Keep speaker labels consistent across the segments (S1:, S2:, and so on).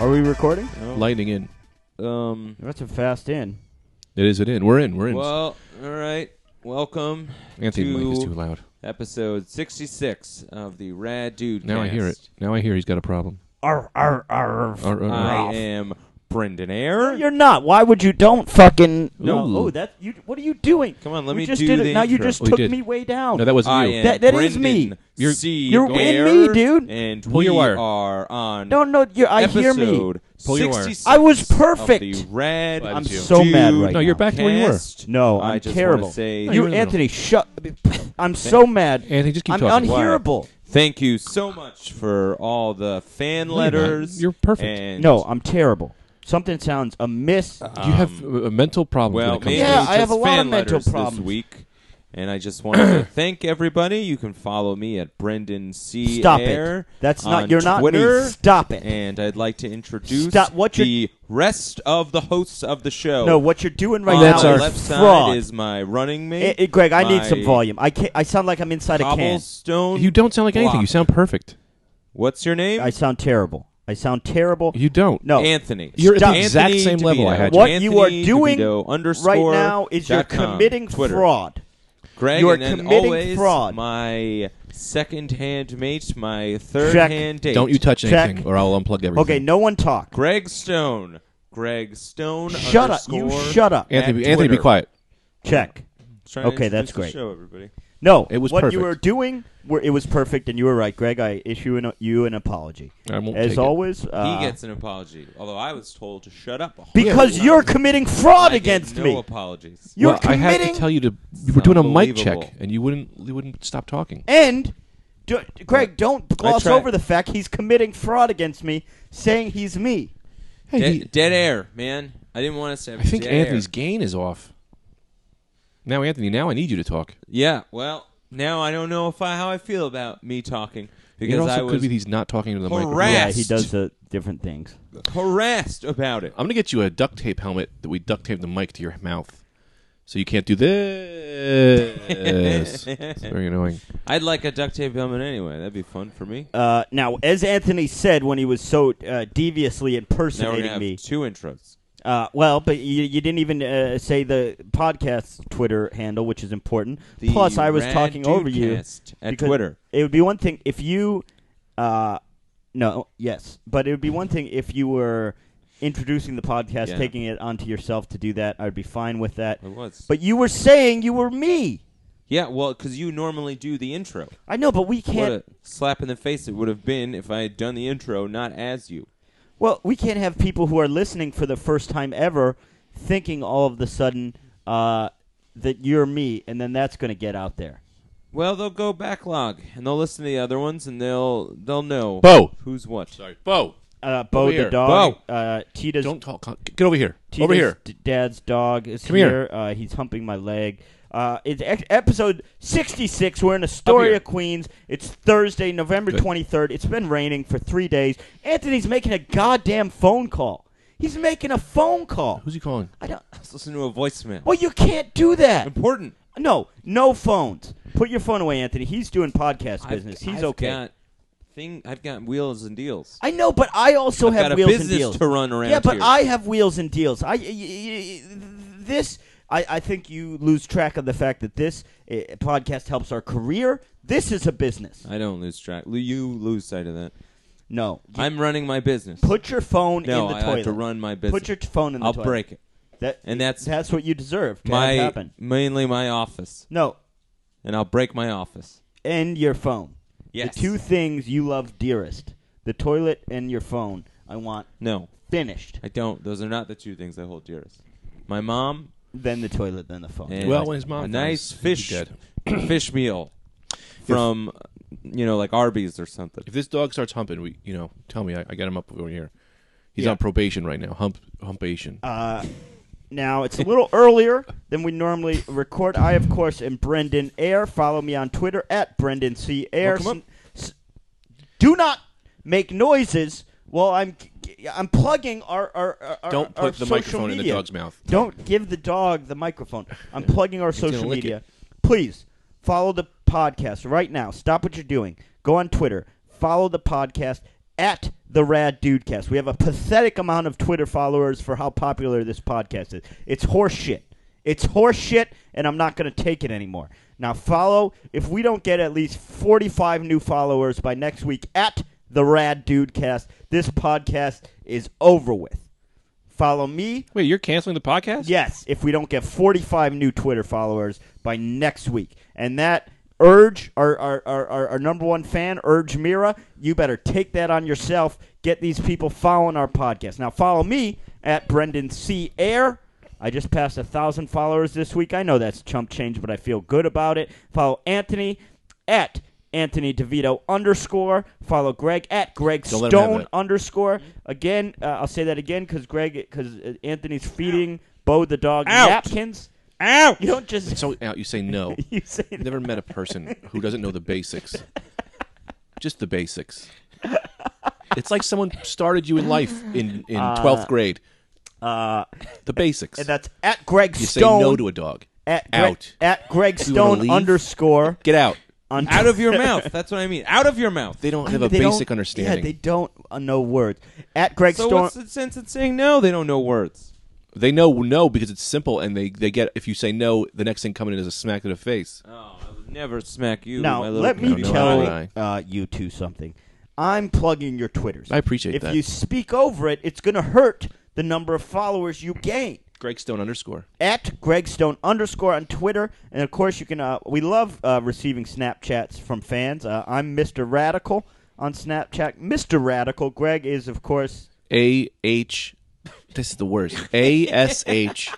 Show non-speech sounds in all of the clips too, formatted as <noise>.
S1: we recording?
S2: Oh. Lightning in.
S3: Um.
S1: That's a fast in.
S2: It is. It in. We're in. We're in.
S3: Well, all right. Welcome
S2: Anthony's mic is
S3: to-
S2: too loud.
S3: episode 66 of the Rad Dude
S2: Now I hear it.
S3: Cast.
S2: Now I hear he's got a problem.
S1: Arr, arr, arr.
S2: Arr, arr, arr.
S3: I am Brendan Air.
S1: You're not. Why would you? Don't fucking. No.
S2: Ooh.
S1: Oh, that. You. What are you doing?
S3: Come on, let
S1: You
S3: me
S1: just
S3: do
S1: did it.
S3: the
S1: Now you
S3: intro.
S1: just
S2: Oh, he
S1: took
S2: did.
S1: me way down.
S2: No, that wasn't
S3: I
S2: you.
S3: am
S1: That- that is
S3: Brendan
S1: me.
S2: You're-
S3: C.
S1: you're in
S3: Ayer,
S1: me, dude.
S3: And
S2: Pull your
S3: we
S2: wire.
S3: are on
S1: No, no. You. I hear me.
S3: episode
S2: Pull your wire.
S3: 66
S1: I was
S3: of
S1: perfect.
S3: the Rad
S2: I'm
S3: Dude
S1: so mad right
S2: no, you're
S1: now.
S2: back to where you were.
S3: Cast.
S1: No, I'm
S3: I just wanna
S1: terrible.
S3: say
S2: you're
S1: you,
S2: in the
S1: Anthony. Shut. I'm so mad.
S2: Anthony, just keep
S1: I'm
S2: talking.
S1: unhearable.
S3: Thank you so much for all the
S2: you're
S3: fan
S2: not.
S3: letters.
S2: You're perfect.
S3: and-
S1: No, I'm terrible. Something sounds amiss.
S3: Uh,
S2: you have a a mental problem.
S3: Well,
S2: when it comes
S3: maybe
S2: to
S1: Yeah,
S3: it's
S1: I have
S3: just
S1: a lot
S3: fan
S1: of mental
S3: letters
S1: problems.
S3: this week. And I just want
S1: <coughs>
S3: to thank everybody. You can follow me at Brendan C.
S1: Stop it.
S3: Ayer
S1: That's
S3: on
S1: not. You're not
S3: Twitter.
S1: me. Stop it.
S3: And I'd like to introduce
S1: Stop- what you're-
S3: the rest of the hosts of the show.
S1: no, what you're doing right
S3: on
S2: That's
S1: now
S3: the
S2: our
S3: Oh, left
S1: is fraud.
S3: side is my running mate,
S1: Eh, eh, Greg, I need some
S3: my
S1: volume. I can't, I sound like I'm inside a can.
S3: Cobblestone.
S2: you don't sound like anything. You
S3: Block.
S2: sound perfect.
S3: What's your name?
S1: I sound terrible. I sound terrible.
S2: You don't.
S1: no,
S3: Anthony.
S2: You're at the
S3: Stop.
S2: exact
S3: Anthony
S2: same level I
S3: DeVito.
S2: had you.
S1: what
S3: Anthony
S1: you are doing
S3: DeVito
S1: right
S3: underscore
S1: now is you're
S3: dot com.
S1: committing
S3: Twitter.
S1: fraud.
S3: Greg,
S1: You are
S3: and then
S1: committing
S3: always
S1: fraud.
S3: My second-hand mate, my third-hand
S1: Check.
S3: date.
S2: Don't you touch
S1: Check.
S2: anything, or I'll unplug everything.
S1: Okay, no one talk.
S3: Greg Stone. Greg Stone.
S1: Shut up. You shut up.
S2: Anthony,
S3: At
S2: be- Anthony, be
S3: Twitter.
S2: quiet.
S1: Check. Okay, that's great.
S3: Show everybody.
S1: No,
S2: It was
S1: what
S2: perfect.
S1: you were doing. Were, it was perfect, and you were right, Greg. I issue an, you an apology.
S2: I won't
S1: As
S2: take it.
S1: always, uh,
S3: he gets an apology, although I was told to shut up. a whole
S1: because
S3: time.
S1: you're committing fraud
S3: I get
S1: against
S3: no
S1: me.
S3: apologies.
S1: You're
S2: well, I had to
S1: committing-
S2: tell you to. You were doing a mic check,
S3: unbelievable.
S2: and you wouldn't. You wouldn't stop talking.
S1: And do, Greg, don't gloss
S3: tried.
S1: over the fact he's committing fraud against me, saying he's me.
S2: Hey,
S3: De-
S2: he-
S3: dead air, man. I didn't want us to have.
S2: I think
S3: dead
S2: Anthony's
S3: air.
S2: gain is off. Now, Anthony. Now I need you to talk.
S3: Yeah. Well, now I don't know if I, how I feel about me talking because
S2: It also
S3: I
S2: could
S3: was
S2: be these not talking to the
S3: harassed.
S2: microphone.
S1: Yeah, he does uh, different things.
S3: harassed about it.
S2: I'm gonna get you a duct tape helmet that we duct tape the mic to your mouth, so you can't do
S1: <laughs>
S2: this. it's very annoying.
S3: I'd like a duct tape helmet anyway. That'd be fun for me.
S1: Uh, now, as Anthony said when he was so uh, deviously
S3: Now we're gonna
S1: impersonating
S3: have
S1: me,
S3: two intros.
S1: uh, well, but you, you didn't even uh, say the podcast Twitter handle, which is important.
S3: The
S1: Plus, I was
S3: Rad
S1: talking over you
S3: Dudecast at
S1: because
S3: Twitter.
S1: It would be one thing if you, uh, no, yes, but it would be one thing if you were introducing the podcast,
S3: Yeah.
S1: taking it onto yourself to do that. I'd be fine with that.
S3: It was.
S1: But you were saying you were me.
S3: yeah, well, because you normally do the intro.
S1: I know, but we
S3: What
S1: can't.
S3: a slap in the face it would have been if I had done the intro, not as you.
S1: Well, we can't have people who are listening for the first time ever thinking all of the sudden uh, that you're me, and then that's going to get out there.
S3: Well, they'll go backlog and they'll listen to the other ones and they'll they'll know
S2: Bo.
S3: who's what.
S2: Sorry, Bo.
S1: Uh, Bo
S2: Over
S1: the
S2: here.
S1: dog, uh, Tita's,
S2: Don't talk. Get over here.
S1: Tita's
S2: Over here.
S1: d- dad's dog is
S2: Come
S1: here.
S2: here.
S1: Uh, he's humping my leg. Uh, it's ex- episode 66. We're in Astoria,
S2: here.
S1: Queens. It's Thursday, November
S2: Good.
S1: 23rd. It's been raining for three days. Anthony's making a goddamn phone call. He's making a phone call.
S2: Who's he calling?
S1: I don't.
S3: Let's listen to a voicemail.
S1: Well, you can't do that.
S3: Important.
S1: No, no phones. Put your phone away, Anthony. He's doing podcast business.
S3: I've,
S1: He's
S3: I've
S1: okay.
S3: Got thing, I've got wheels and deals.
S1: I know, but I also
S3: I've
S1: have
S3: got a
S1: wheels and
S3: business
S1: deals
S3: to run around
S1: Yeah, but
S3: here.
S1: I have wheels and deals. I y- y- y- this I, I think you lose track of the fact that this uh, podcast helps our career. This is a business.
S3: I don't lose track. You lose sight of that.
S1: No, You
S3: I'm running my business.
S1: put your phone
S3: no,
S1: in the
S3: I
S1: toilet.
S3: have to run my business.
S1: put your phone in the
S3: I'll
S1: toilet.
S3: break it.
S1: That, eh,
S3: And that's
S1: that's what you deserve. to have
S3: my
S1: happen.
S3: mainly my office,
S1: No,
S3: and I'll break my office.
S1: and your phone.
S3: Yes.
S1: The two things you love dearest: the toilet and your phone. I want
S3: No,
S1: finished.
S3: I don't. Those are not the two things I hold dearest. My mom
S1: Then the toilet, then the phone.
S3: and
S2: Well, when his mom
S3: a
S2: dies,
S3: nice
S2: he's
S3: fish
S2: dead.
S3: <coughs> fish meal from you know like Arby's or something.
S2: If this dog starts humping, we, you know, tell me. I, I got him up over here. He's
S1: Yeah.
S2: on probation right now. Hump, humpation.
S1: Uh, now it's a little <laughs> earlier than we normally record. I, of course, am Brendan Air. Follow me on Twitter at Brendan C Air.
S3: Well, come
S1: S- s- do not make noises while I'm I'm plugging our our, our- our
S2: Don't
S1: our
S2: put the
S1: social
S2: microphone in the
S1: media.
S2: dog's mouth.
S1: Don't give the dog the microphone. I'm plugging our
S2: gonna
S1: social
S2: lick
S1: media. Please follow the podcast right now. Stop what you're doing. Go on Twitter. Follow the podcast at the Rad Dudecast. We have a pathetic amount of Twitter followers for how popular this podcast is. It's horseshit. It's horseshit, and I'm not going to take it anymore. Now follow. If we don't get at least 45 new followers by next week at the Rad Dudecast, this podcast is over with. Follow me
S2: Wait, you're canceling the podcast?
S1: Yes, if we don't get 45 new Twitter followers by next week. And that urge, our, our, our, our, our number one fan, Urge Mira, you better take that on yourself. Get these people following our podcast. Now, follow me at Brendan C. Air. I just passed a 1,000 followers this week. I know that's chump change, but I feel good about it. Follow Anthony at Anthony DeVito underscore. Follow Greg at Greg
S2: Don't let him have
S1: Stone
S2: that.
S1: underscore. Again, uh, I'll say that again because Greg, because Anthony's feeding Bo the dog
S2: Out.
S1: napkins.
S2: Ow!
S1: You don't just
S2: So out, you say no.
S1: <laughs> you say that.
S2: Never met a person who doesn't know the basics. Just the basics. It's like someone started you in life in in twelfth grade.
S1: Uh,
S2: The basics.
S1: and that's at Greg
S2: you say
S1: Stone.
S2: no to a dog.
S1: at Gre-
S2: out.
S1: at Greg
S2: You wanna
S1: Stone
S2: leave?
S1: underscore
S2: Get out.
S1: on
S3: <laughs> Out of your mouth. That's what I mean. Out of your mouth.
S2: They don't have a
S1: They don't-
S2: basic understanding.
S1: Yeah, they don't uh, know words. At Greg
S3: so
S1: Stone.
S3: what's the sense in saying no? They don't know words.
S2: They know no because it's simple, and they, they get if you say no, the next thing coming in is a smack to the face.
S3: Oh, I would never smack you.
S1: Now
S3: my little
S1: let me
S2: No, no,
S3: cutie pie.
S2: no,
S1: tell
S2: no.
S1: uh, you two something. I'm plugging your Twitters.
S2: I appreciate
S1: if
S2: that.
S1: you speak over it, it's going to hurt the number of followers you gain.
S2: Greg Stone underscore.
S1: at gregstone underscore on Twitter. And of course, you can. Uh, we love uh, receiving Snapchats from fans. Uh, I'm Mr. Radical on Snapchat. Mr. Radical. Greg is, of course,
S2: A H. This is the worst. A S H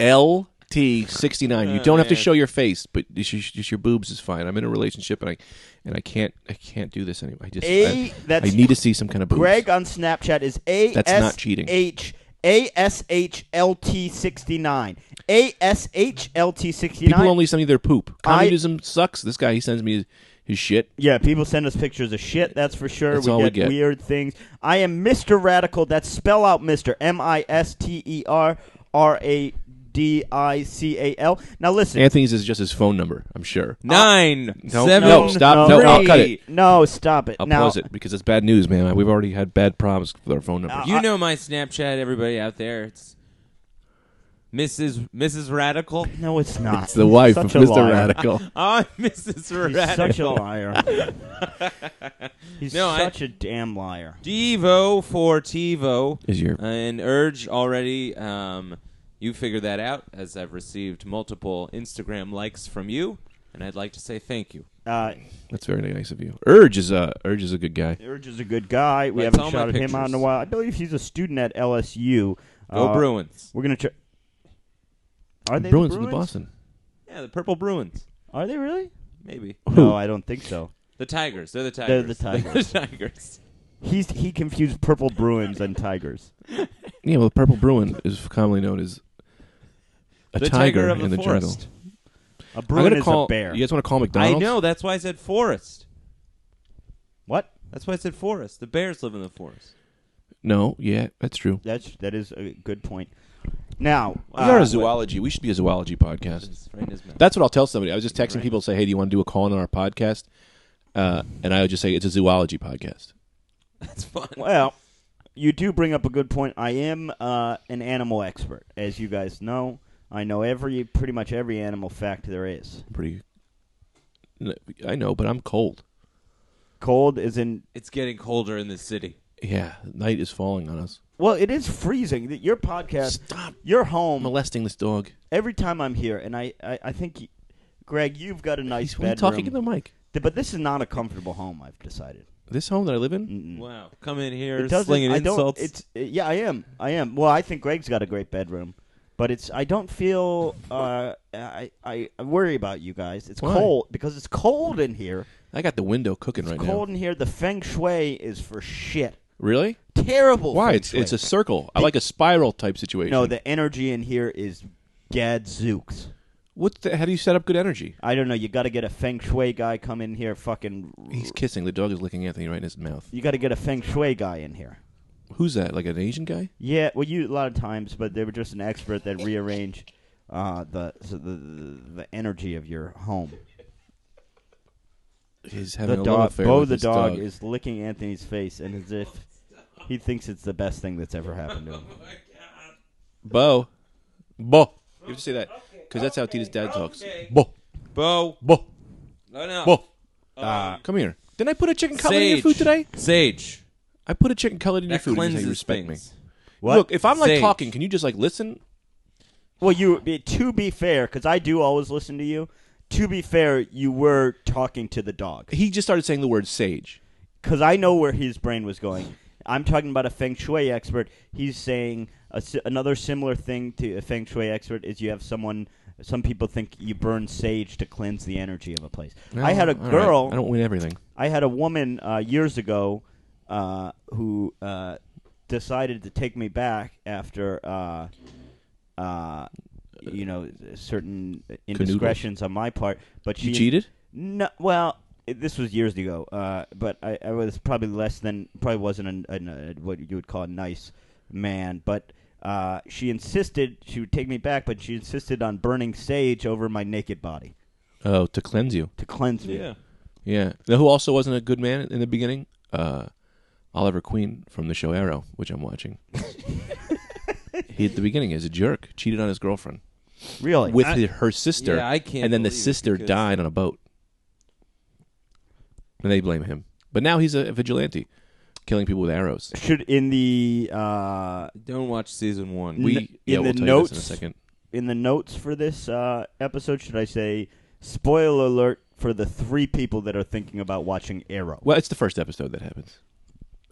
S2: L T sixty nine.
S1: Oh,
S2: You don't have to show your face, but it's just, just your boobs is fine. I'm in a relationship, and I and I can't I can't do this anymore. I just
S1: A-
S2: I,
S1: that's-
S2: I need to see some kind of boobs.
S1: Greg on Snapchat is A
S2: That's not cheating.
S1: H A S H L T sixty nine. A S H L T sixty
S2: People
S1: nine.
S2: only send me their poop.
S1: I-
S2: Communism sucks. This guy he sends me his, his shit.
S1: Yeah, people send us pictures of shit. That's for sure.
S2: That's
S1: we,
S2: all
S1: get
S2: we get.
S1: weird things. I am Mr. Radical. That's spell out Mr. M I S T E R R A D I C A L. Now listen.
S2: Anthony's is just his phone number. I'm sure.
S3: Nine,
S2: No,
S3: seven,
S2: no, stop,
S1: no,
S3: three.
S1: no,
S2: cut it.
S1: no, stop it.
S2: I'll
S1: now,
S2: pause it because it's bad news, man. We've already had bad problems with our phone numbers.
S3: You know my Snapchat, everybody out there. It's Mrs. Mrs. Radical.
S1: No, it's not.
S2: It's the wife
S1: Such
S2: of
S1: a
S2: Mr.
S1: liar. <laughs>
S2: Radical.
S3: I'm <laughs> Mrs.
S1: He's
S3: Radical.
S1: such a
S2: <laughs>
S1: liar. He's
S3: No, I-
S1: such a damn liar.
S3: Devo for TiVo.
S2: Is your-
S3: and urge already? Um, you figure that out as I've received multiple Instagram likes from you, and I'd like to say thank you.
S1: Uh,
S2: That's very nice of you. Urge is a Urge is a good guy.
S1: Urge is a good guy. We
S3: Like,
S1: haven't
S3: tell my
S1: shouted him out in a
S3: pictures.
S1: while. I believe he's a student at LSU.
S3: Go
S1: Uh,
S3: Bruins!
S1: We're gonna. Ch- are they
S2: Bruins
S1: the
S2: in
S1: Bruins?
S2: the Boston.
S3: Yeah, the purple Bruins.
S1: Are they really?
S3: Maybe
S1: No, I don't think so.
S3: the Tigers. <laughs> They're the Tigers.
S1: They're the Tigers.
S3: the Tigers.
S1: He's he confused purple Bruins and Tigers.
S2: Yeah, well, purple Bruin is commonly known as a
S3: the
S2: tiger,
S3: of the
S2: in the
S3: forest.
S2: jungle.
S1: A
S2: I'm
S1: Bruin
S2: gonna
S1: is
S2: call,
S1: a bear.
S2: You guys want to call
S3: I
S2: McDonald's?
S3: know. That's why I said forest.
S1: What?
S3: That's why I said forest. The bears live in the forest.
S2: No, yeah, that's true.
S1: That's that is a good point. Now,
S2: we are
S1: uh,
S2: a zoology. We should be a zoology podcast.
S3: It's right in his mouth.
S2: That's what I'll tell somebody. I was just texting people, say, "Hey, do you want to do a call on our podcast?" Uh, and I would just say, "It's a zoology podcast."
S3: That's fun.
S1: well, you do bring up a good point. I am uh, an animal expert, as you guys know. I know every pretty much every animal fact there is.
S2: Pretty. I know, but I'm cold.
S1: Cold is in
S3: It's getting colder in this city.
S2: Yeah, night is falling on us.
S1: well, it is freezing. Your podcast,
S2: Stop
S1: your home.
S2: molesting this dog.
S1: Every time I'm here, and I, I, I think, y- Greg, you've got a nice
S2: He's
S1: bedroom.
S2: talking in the mic.
S1: Th- But this is not a comfortable home. I've decided.
S2: This home that I live in.
S1: Mm-mm.
S3: Wow. Come in here
S1: Hmm. It doesn't.
S3: slinging
S1: I don't.
S3: insults.
S1: It's uh, yeah. I am. I am. Well, I think Greg's got a great bedroom, but it's. I don't feel. Uh, I, I I worry about you guys. It's
S2: Why?
S1: cold because it's cold in here.
S2: I got the window cooking right
S1: cold
S2: now.
S1: in here. The feng shui is for shit.
S2: Really?
S1: Terrible.
S2: Why?
S1: feng
S2: It's it's
S1: shui.
S2: a circle. I like a spiral type situation.
S1: no. The energy in here is gadzooks.
S2: what? The, how do you set up good energy?
S1: I don't know. You got to get a feng shui guy come in here. Fucking.
S2: He's kissing. The dog is licking Anthony right in his mouth.
S1: You got to get a feng shui guy in here.
S2: Who's that? Like an Asian guy?
S1: Yeah, well, you a lot of times, but they were just an expert that rearrange uh, the, so the the the energy of your home.
S2: he's having
S1: The
S2: a love
S1: dog,
S2: affair
S1: Bo
S2: with
S1: the
S2: his
S1: dog, is licking Anthony's face, and as if he thinks it's the best thing that's ever happened to him.
S2: Bo. Bo. You have to say that because that's how Tita's dad talks.
S3: okay.
S2: Bo.
S3: Bo,
S2: Bo.
S3: no, no.
S2: Bo. Ah, Come here. Didn't I put a chicken cutlet in your
S3: sage.
S2: food today?
S3: Sage.
S2: I put a chicken cutlet in your
S3: That
S2: food. Here's how
S3: cleanses
S2: you respect
S3: things.
S2: me.
S1: What?
S2: Look, if I'm like
S3: Sage.
S2: talking, can you just like listen?
S1: Well, you to be fair, because I do always listen to you. To be fair, you were talking to the dog
S2: He just started saying the word sage.
S1: because I know where his brain was going. I'm talking about a feng shui expert. He's saying a si- another similar thing to a feng shui expert is you have someone. Some people think you burn sage to cleanse the energy of a place. I had a
S2: All right.
S1: girl.
S2: I don't win everything.
S1: I had a woman uh, years ago uh, who uh, decided to take me back after, uh, uh, you know, certain indiscretions on my part. But she
S2: You cheated?
S1: No, well, it- this was years ago. Uh, but I, I was probably less than probably wasn't an, an, uh, what you would call a nice man. But uh, she insisted she would take me back, but she insisted on burning sage over my naked body
S2: Oh, to cleanse you.
S1: to cleanse me.
S3: Yeah.
S2: Yeah. You know who also wasn't a good man in the beginning? Uh, Oliver Queen from the show Arrow, which I'm
S3: <laughs>
S2: watching. he at the beginning is a jerk, cheated on his girlfriend
S1: Really,
S2: with
S3: I-
S2: hi- her sister,
S3: Yeah, I can't
S2: and then the
S3: believe it
S2: sister
S3: because-
S2: died on a boat. And they blame him, but now he's a vigilante, killing people with arrows.
S1: should in the uh,
S3: Don't watch season one.
S2: We
S1: In
S2: yeah,
S1: the
S2: we'll tell you
S1: notes-
S2: this in a second.
S1: in the notes for this uh, episode, should I say spoiler alert for the three people that are thinking about watching Arrow?
S2: Well, it's the first episode that happens.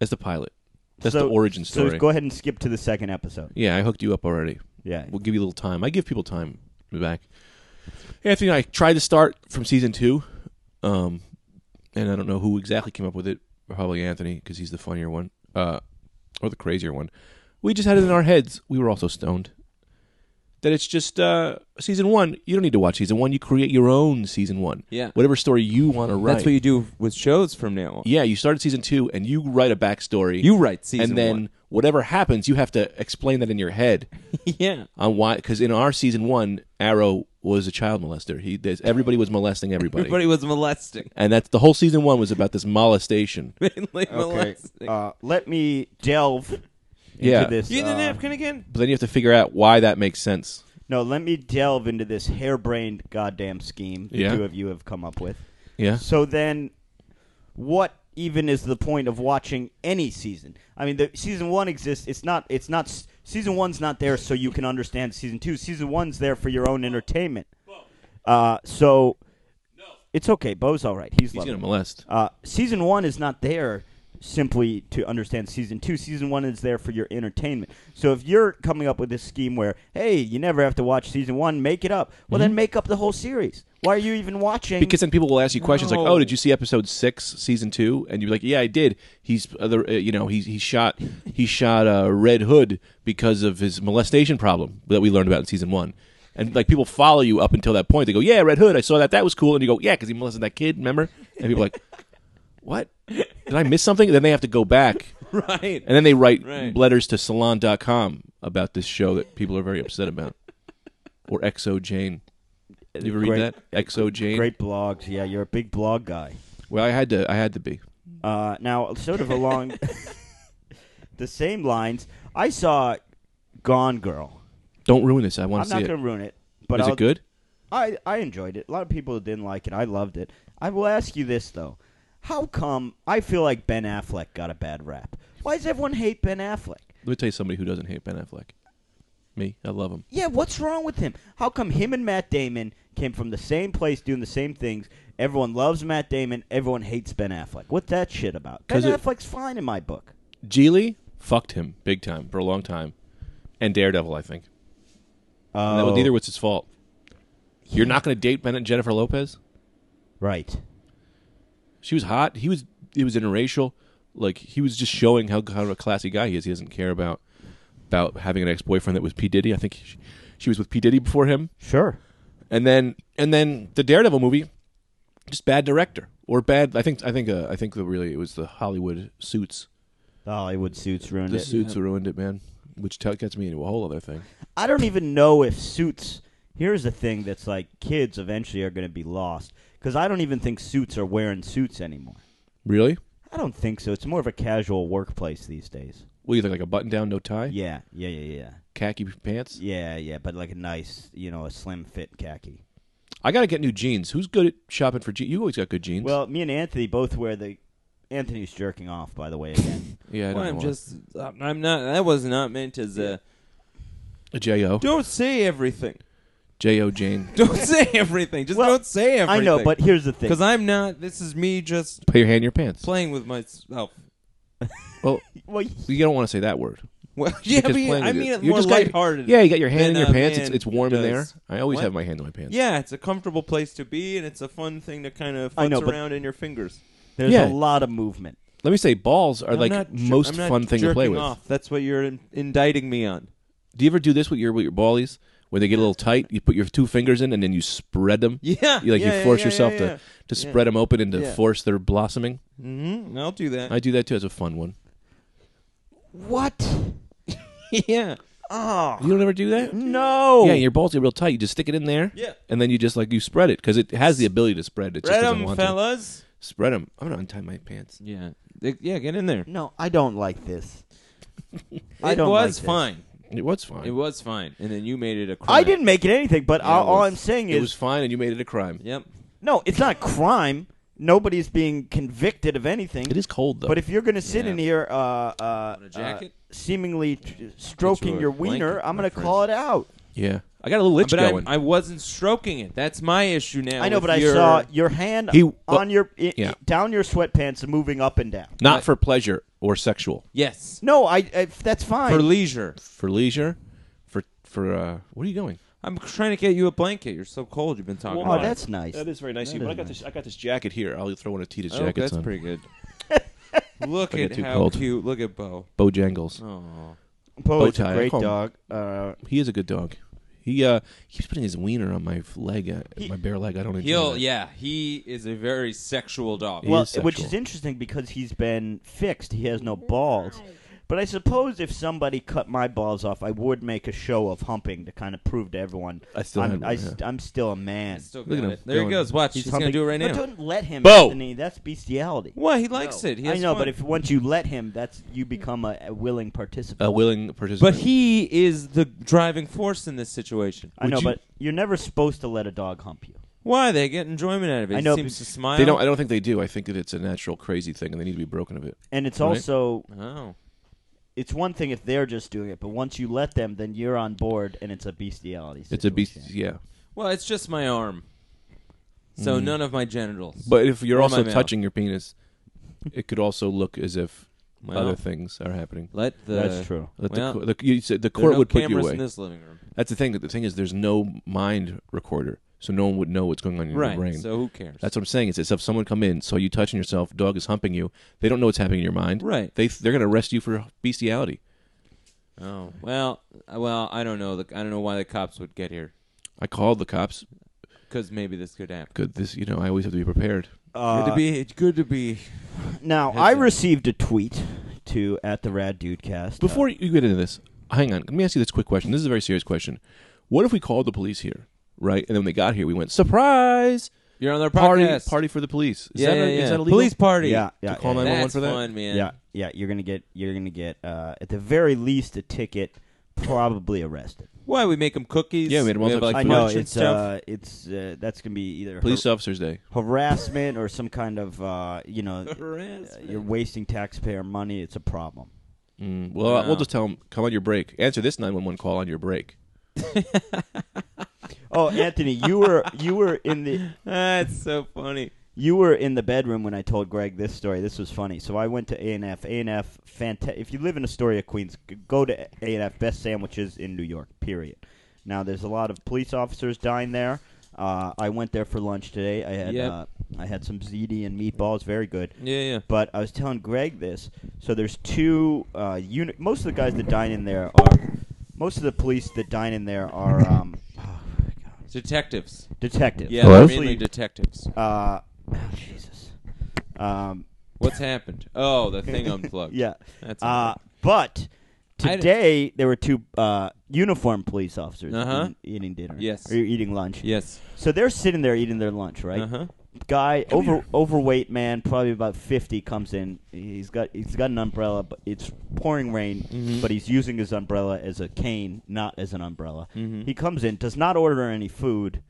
S2: It's the pilot. That's
S1: So-
S2: the origin story.
S1: So go ahead and skip to the second episode.
S2: Yeah, I hooked you up already.
S1: Yeah.
S2: We'll give you a little time. I give people time to be back. Anthony and I tried to start from season two, um, and I don't know who exactly came up with it. Probably Anthony, because he's the funnier one, uh, or the crazier one. We just had it in our heads. We were also stoned. That it's just uh, season one. You don't need to watch season one. You create your own season one.
S3: Yeah.
S2: Whatever story you want to write.
S3: That's what you do with shows from now on.
S2: yeah, you started season two, and you write a backstory.
S3: You write season
S2: and then
S3: one.
S2: whatever happens, you have to explain that in your head
S3: <laughs> yeah.
S2: on why because in our season one arrow was a child molester he there's, everybody was molesting everybody,
S3: Everybody was molesting. <laughs>
S2: and that's the whole season one was about this molestation
S3: Mainly
S1: Okay.
S3: molesting.
S1: Uh, let me delve into
S2: Yeah.
S1: this.
S3: you need
S1: uh,
S3: a napkin again?
S2: but then you have to figure out why that makes sense
S1: No, let me delve into this harebrained goddamn scheme the
S2: Yeah.
S1: two of you have come up with.
S2: yeah
S1: So then, what even is the point of watching any season? I mean, the season one exists. It's not. It's not. s- Season one's not there so you can understand season two. Season one's there for your own entertainment. Uh, so it's okay. Bo's all right. He's
S2: he's gonna
S1: loving. it.
S2: molest
S1: Uh, season one is not there simply to understand season two. Season one is there for your entertainment. So if you're coming up with this scheme where, hey, you never have to watch season one, make it up. Well, then make up the whole series. Why are you even watching?
S2: Mm-hmm. because then people will ask you questions like
S3: No.
S2: oh did you see episode six season two and you're like yeah i did he's other uh, you know he's he shot he shot uh, red hood because of his molestation problem that we learned about in season one and like people follow you up until that point they go yeah red hood i saw that that was cool and you go yeah because he molested that kid remember and people are like <laughs> what did i miss something then they have to go back
S3: <laughs> Right.
S2: and then they write
S3: Right.
S2: letters to salon.com about this show that people are very upset about or exo jane you ever
S1: Great-
S2: read that exo jane
S1: Great blogs. Yeah, you're a big blog guy.
S2: well i had to i had to be
S1: Uh, now, sort
S2: <laughs>
S1: of along <laughs> the same lines, I saw Gone Girl.
S2: Don't ruin this. I want
S1: I'm
S2: to see
S1: not
S2: it.
S1: going to ruin it, but
S2: Is
S1: I'll,
S2: it good?
S1: I, I enjoyed it. A lot of people didn't like it. I loved it. I will ask you this, though. How come I feel like Ben Affleck got a bad rap? Why does everyone hate Ben Affleck?
S2: Let me tell you somebody who doesn't hate Ben Affleck. Me, I love him.
S1: Yeah, what's wrong with him? How come him and Matt Damon came from the same place doing the same things? Everyone loves Matt Damon. Everyone hates Ben Affleck. What's that shit about? Ben
S2: 'Cause it-
S1: Affleck's fine in my book.
S2: Geely fucked him big time for a long time, and Daredevil, I think. And that was,
S1: Oh.
S2: neither was his fault. You're not going to date Ben and Jennifer Lopez.
S1: Right.
S2: She was hot. He was. He was interracial. Like he was just showing how kind of a classy guy he is. He doesn't care about about having an ex boyfriend that was P Diddy. I think she, she was with P Diddy before him.
S1: Sure.
S2: and then and then the Daredevil movie, just bad director or bad. I think I think uh, I think the really it was the Hollywood suits.
S1: The Hollywood suits ruined
S2: The
S1: it.
S2: suits ruined it, man. Which t- gets me into a whole other thing.
S1: I don't even know if suits Here's the thing that's like kids eventually are going to be lost because I don't even think suits are wearing suits anymore.
S2: Really?
S1: I don't think so. It's more of a casual workplace these days.
S2: What do you think? Like a button down, no tie,
S1: Yeah, yeah, yeah, yeah,
S2: khaki pants.
S1: yeah, yeah. But like a nice, you know, a slim fit khaki.
S2: I gotta get new jeans. Who's good at shopping for jeans? You always got good jeans.
S1: Well, me and Anthony both wear the. Anthony's jerking off, by the way.
S3: <laughs>
S1: Again,
S2: yeah, I don't
S3: Well, I'm
S2: know.
S3: just, uh, I'm not. That was not meant as a.
S2: a jo
S3: Don't say everything.
S2: jo Jane.
S3: Don't say <laughs> everything. Just
S1: Well,
S3: don't say everything.
S1: I know, but here's the thing.
S3: because I'm not. This is me just
S2: Put your hand in your pants.
S3: playing with myself.
S2: Well,
S1: well,
S2: you don't want to say that word. <laughs>
S3: Well, yeah,
S2: Because
S3: but yeah,
S2: playing
S3: I
S2: with
S3: mean
S2: it-
S3: it
S2: you
S3: more
S2: just got your-
S3: lighthearted.
S2: Yeah, you got your hand in
S3: than
S2: your
S3: a
S2: pants. It's,
S3: man
S2: it's warm in there.
S3: does.
S2: I always
S3: What?
S2: have my hand in my pants.
S3: Yeah, it's a comfortable place to be, and it's a fun thing to kind of
S1: I
S3: futz
S1: know, but-
S3: around in your fingers.
S1: there's
S2: Yeah.
S1: a lot of movement.
S2: Let me say, balls are
S3: I'm
S2: like
S3: not jer-
S2: most
S3: I'm not
S2: fun thing to play
S3: jerking
S2: with.
S3: Off. That's what you're in- indicting me on. <laughs>
S2: Do you ever do this with your with your ballies when they get a little tight? You put your two fingers in and then you spread them.
S3: Yeah,
S2: You, like
S3: yeah,
S2: you
S3: yeah,
S2: force
S3: yeah,
S2: yourself
S3: yeah,
S2: to
S3: yeah.
S2: to spread them open and to
S3: Yeah.
S2: force their blossoming.
S3: Mm-hmm. I'll do that.
S2: I do that too. It's a fun one.
S1: What?
S3: <laughs> yeah, Ah,
S1: Oh
S2: You don't ever do that?
S1: no!
S2: Yeah, your balls get real tight. You just stick it in there.
S3: Yeah.
S2: And then you just like you spread it because it has the ability to spread. It just
S3: Spread
S2: doesn't
S3: 'em,
S2: want to.
S3: fellas.
S2: Spread them. I'm gonna untie my pants.
S3: Yeah, They- yeah, get in there.
S1: no, I don't like
S3: <laughs>
S1: this. I
S3: it
S1: don't like
S3: was
S1: this.
S3: fine.
S2: It was fine.
S3: It was fine, and then you made it a crime.
S1: I didn't make it anything, but all,
S3: it
S1: all
S3: was-
S1: I'm saying
S2: It
S1: is
S2: was fine, and you made it a crime.
S3: Yep.
S1: no, it's not a crime. Nobody's being convicted of anything.
S2: It is cold though.
S1: But if you're going to sit in
S3: Yeah.
S1: here, uh, uh,
S3: a jacket?
S1: uh, seemingly t- stroking
S3: Get
S1: your
S3: you a
S1: wiener,
S3: blanket,
S1: I'm
S3: my
S1: going to
S3: friend.
S1: call it out.
S2: yeah, I got a little itch
S3: But
S2: going.
S3: I, I wasn't stroking it. That's my issue now.
S1: I know,
S3: with
S1: but
S3: your-
S1: I saw your hand
S2: He- well,
S1: on your i-
S2: yeah.
S1: down your sweatpants, moving up and down.
S2: Not for pleasure or sexual.
S3: yes
S1: No, I, I that's fine.
S3: for leisure.
S2: For leisure. For for uh, where are you going?
S3: I'm trying to get you a blanket. You're so cold. You've been talking.
S1: oh,
S3: about it.
S1: that's nice.
S2: is very nice. of you, but I got this. I got this jacket here. I'll throw one of Tita's
S3: Oh,
S2: jackets
S3: that's
S2: on.
S3: pretty good. Look
S2: I get
S3: at
S2: too
S3: how
S2: cold.
S3: cute. Look at Bo.
S2: Bojangles.
S3: Oh,
S1: Bo is
S2: bow tie.
S1: a
S2: I
S1: great
S2: call him-
S1: dog. Uh,
S2: He is a good dog. He uh keeps putting his wiener on my f- leg, uh, my bare leg. I don't enjoy
S3: he'll
S2: that.
S3: yeah. He is a very sexual dog.
S2: He
S1: well,
S2: is
S1: which
S2: sexual.
S1: is interesting because he's been fixed. He has no balls. But I suppose if somebody cut my balls off, I would make a show of humping to kind of prove to everyone
S2: I still
S1: I'm,
S2: have
S1: I
S2: one, yeah.
S1: am still a man.
S3: Still
S2: Look at
S3: got
S2: him
S3: it. There
S2: going.
S3: he goes. Watch.
S1: He's
S3: He's, gonna
S1: humping-
S3: do it right
S1: But
S3: now.
S1: don't let him,
S2: Bo!
S1: Anthony. That's bestiality.
S3: What? He likes it. He
S1: I
S3: has
S1: know,
S3: fun.
S1: but if once you let him, that's you become a, a willing participant.
S2: a willing participant.
S3: But he is the driving force in this situation.
S1: I
S2: would
S1: know,
S2: you-
S1: but you're never supposed to let a dog hump you.
S3: Why they get enjoyment out of it?
S1: I know,
S3: he seems
S1: but
S3: to smile.
S2: they don't. I don't think they do. I think that it's a natural crazy thing, and they need to be broken of it.
S1: And it's
S2: Right.
S1: also
S3: Oh,
S1: it's one thing if they're just doing it, but once you let them, then you're on board, and it's a bestiality.
S2: It's a beast.
S1: situation.
S2: Yeah,
S3: well, it's just my arm. So none of my genitals.
S2: Mm. but if you're
S3: Or
S2: also
S3: my mouth.
S2: touching your penis, it could also look as if
S3: Well.
S2: other things are happening.
S3: let the
S1: That's true.
S2: That
S3: Well,
S2: the, co- the, you said the
S3: there are
S2: court
S3: no
S2: would put you
S3: cameras
S2: away.
S3: in this living room.
S2: That's the thing. That the thing is, there's no mind recorder, so no one would know what's going on in
S3: Right.
S2: your brain.
S3: So who cares?
S2: That's what I'm saying. Is it's if someone come in, saw you touching yourself, dog is humping you. They don't know what's happening in your mind.
S3: Right.
S2: They they're gonna arrest you for bestiality.
S3: Oh well, uh, well I don't know. The- I don't know why the cops would get here
S2: I called the cops.
S3: because maybe this could happen.
S2: Good. This you know I always have to be prepared.
S1: Uh,
S3: good to be. It's good to be.
S1: Now,
S3: Heads
S1: I
S3: up.
S1: received a tweet to at the Rad Uh, Dudecast.
S2: Before you get into this, hang on. Let me ask you this quick question. This is a very serious question. What if we called the police here, right? And then when they got here, we went surprise
S3: You're on their
S2: party
S3: podcast.
S2: party for the police. Is
S3: yeah,
S2: that,
S3: yeah,
S2: is
S3: yeah.
S2: that illegal?
S3: Police party.
S1: yeah, yeah,
S2: to call
S1: yeah,
S2: 911
S3: That's
S2: for that?
S3: fun, man.
S1: yeah, yeah, you're gonna get you're gonna get uh, at the very least a ticket, probably arrested.
S3: Why we make them cookies?
S2: Yeah, we made 'em all
S3: have,
S2: types
S3: like
S2: of
S1: I know
S3: punch and
S1: it's
S3: stuff.
S1: uh, it's uh, that's gonna be either har-
S2: Police officers day.
S1: harassment or some kind of uh, you
S3: <laughs>
S1: know
S3: Harassment.
S1: you're wasting taxpayer money. It's a problem.
S3: <laughs>
S2: Mm, well, I-
S3: Wow.
S2: we'll just tell them come on your break. Answer this 911 call on your break.
S1: Oh, Anthony, you were you were in the
S3: <laughs> That's so funny.
S1: You were in the bedroom when I told Greg this story. This was funny. So I went to A and F. A and F, fanta- if you live in Astoria, Queens, g- go to A and F. Best sandwiches in New York. Period. Now there's a lot of police officers dine there. Uh, I went there for lunch today. I had
S3: Yep.
S1: uh, I had some ziti and meatballs. Very good.
S3: Yeah, yeah.
S1: But I was telling Greg this. So there's two uh, unit. Most of the guys that dine in there are. Most of the police that dine in there are um, oh my God,
S3: Detectives.
S1: detectives.
S3: Yeah,
S2: Hello?
S3: they're
S1: Mostly-
S3: mainly detectives.
S1: uh, oh, Jesus. Um, <laughs>
S3: What's happened? Oh, the Oh, thing unplugged.
S1: yeah.
S3: That's
S1: Uh,
S3: all
S1: but
S3: I d-
S1: Today there were two uh, uniformed police officers
S3: Uh-huh.
S1: eating- eating dinner.
S3: Yes.
S1: or eating lunch.
S3: Yes.
S1: So they're sitting there eating their lunch, right?
S3: Uh-huh.
S1: Guy, over overweight man, probably about fifty, comes in. He's got he's got an umbrella, but it's pouring rain. But he's using his umbrella as a cane, not as an umbrella. He comes in, does not order any food,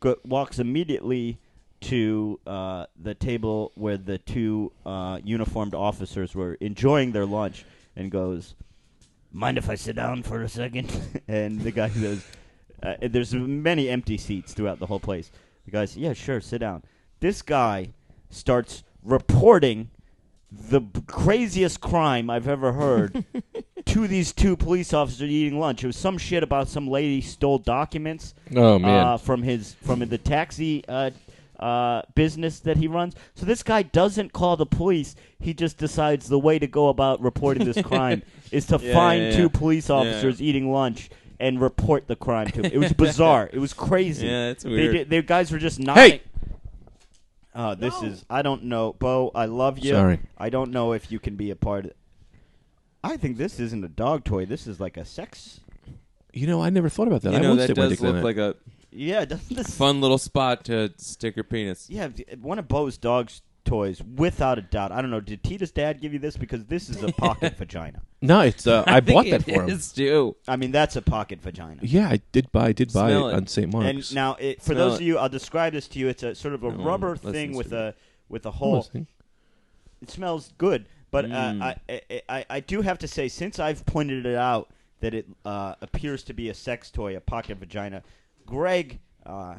S1: go, walks immediately to uh, the table where the two uh, uniformed officers were enjoying their lunch, and goes, mind if I sit down for a second? <laughs> and the guy goes, uh, there's many empty seats throughout the whole place. The guy says, yeah, sure, sit down. This guy starts reporting the b- craziest crime I've ever <laughs> heard to these two police officers eating lunch. It was some shit about some lady stole documents
S2: Oh, man.
S1: Uh, from his from the taxi uh, uh, business that he runs. So this guy doesn't call the police. He just decides the way to go about reporting
S3: <laughs>
S1: this crime is to
S3: Yeah,
S1: find
S3: yeah, yeah.
S1: two police
S3: Yeah.
S1: officers eating lunch and report the crime to him. It was bizarre. it was crazy.
S3: Yeah, that's
S1: They
S3: weird.
S1: did, the guys were just not. Oh, this is. I don't know, Bo. I love you.
S2: Sorry.
S1: I don't know if you can be a part. of I think this isn't a dog toy. This is like a sex.
S2: You know, I never thought about that.
S3: You
S2: I
S3: know
S2: won't
S3: that
S2: stick my
S3: does
S2: dick in
S3: look
S2: that.
S3: like a
S1: Yeah, <laughs> doesn't this
S3: fun little spot to stick your penis.
S1: Yeah, th- one of Bo's dog's toys, without a doubt. I don't know. Did Tita's dad give you this? Because this is a pocket vagina.
S2: No, it's. Uh,
S3: <laughs>
S2: I,
S3: think
S2: bought that
S3: it
S2: for him.
S3: is,
S2: <laughs>
S3: too.
S1: I mean, that's a pocket vagina.
S2: Yeah, I did buy. I did buy it
S3: Smell it.
S2: on St. Mark's.
S1: And now, it, for
S3: Smell
S1: those
S3: it.
S1: of you, I'll describe this to you. It's a sort of a
S3: No one
S1: rubber
S3: listens
S1: thing
S3: to
S1: with
S3: me.
S1: a with a
S2: I'm
S1: hole.
S2: listening.
S1: It smells good, but
S3: Mm.
S1: uh, I, I I I do have to say, since I've pointed it out that it uh, appears to be a sex toy, a pocket vagina, Greg uh,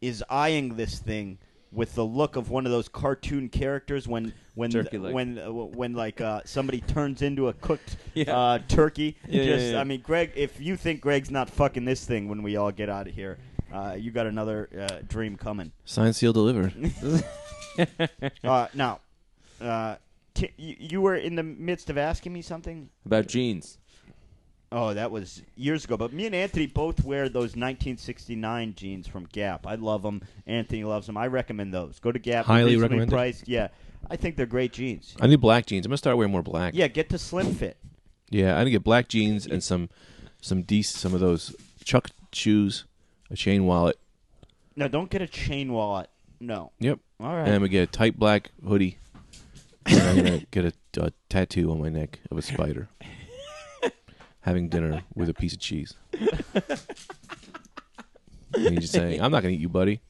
S1: is eyeing this thing with the look of one of those cartoon characters when when
S3: Turkey leg.
S1: when uh, when like uh, somebody turns into a cooked
S3: <laughs> Yeah.
S1: uh, turkey.
S3: <laughs> Yeah, yeah,
S1: Just
S3: yeah.
S1: I mean, Greg, if you think Greg's not fucking this thing when we all get out of here, uh, you got another uh, dream
S3: <laughs>
S1: coming. <laughs>
S2: Sign, seal, delivered.
S1: Uh, now, uh, t- you, you were in the midst of asking me something.
S3: About jeans.
S1: Oh, that was years ago. But me and Anthony both wear those 1969 jeans from Gap. I love them. Anthony loves them. I recommend those. Go to Gap. they're
S2: Highly
S1: reasonably
S2: recommended.
S1: priced. Yeah, I think they're great jeans.
S2: I need black jeans. I'm gonna start wearing more black.
S1: Yeah, get the slim fit.
S2: Yeah, I need to get black jeans and some, some decent, some of those Chuck shoes, a chain wallet.
S1: No, don't get a chain wallet. No.
S2: Yep.
S1: All
S2: And I'm
S1: right.
S2: gonna get a tight black hoodie. and I'm gonna <laughs> get a, a tattoo on my neck of a spider.
S1: <laughs>
S2: Having dinner with a piece of cheese. <laughs> and he's just saying, "I'm not gonna eat you, buddy."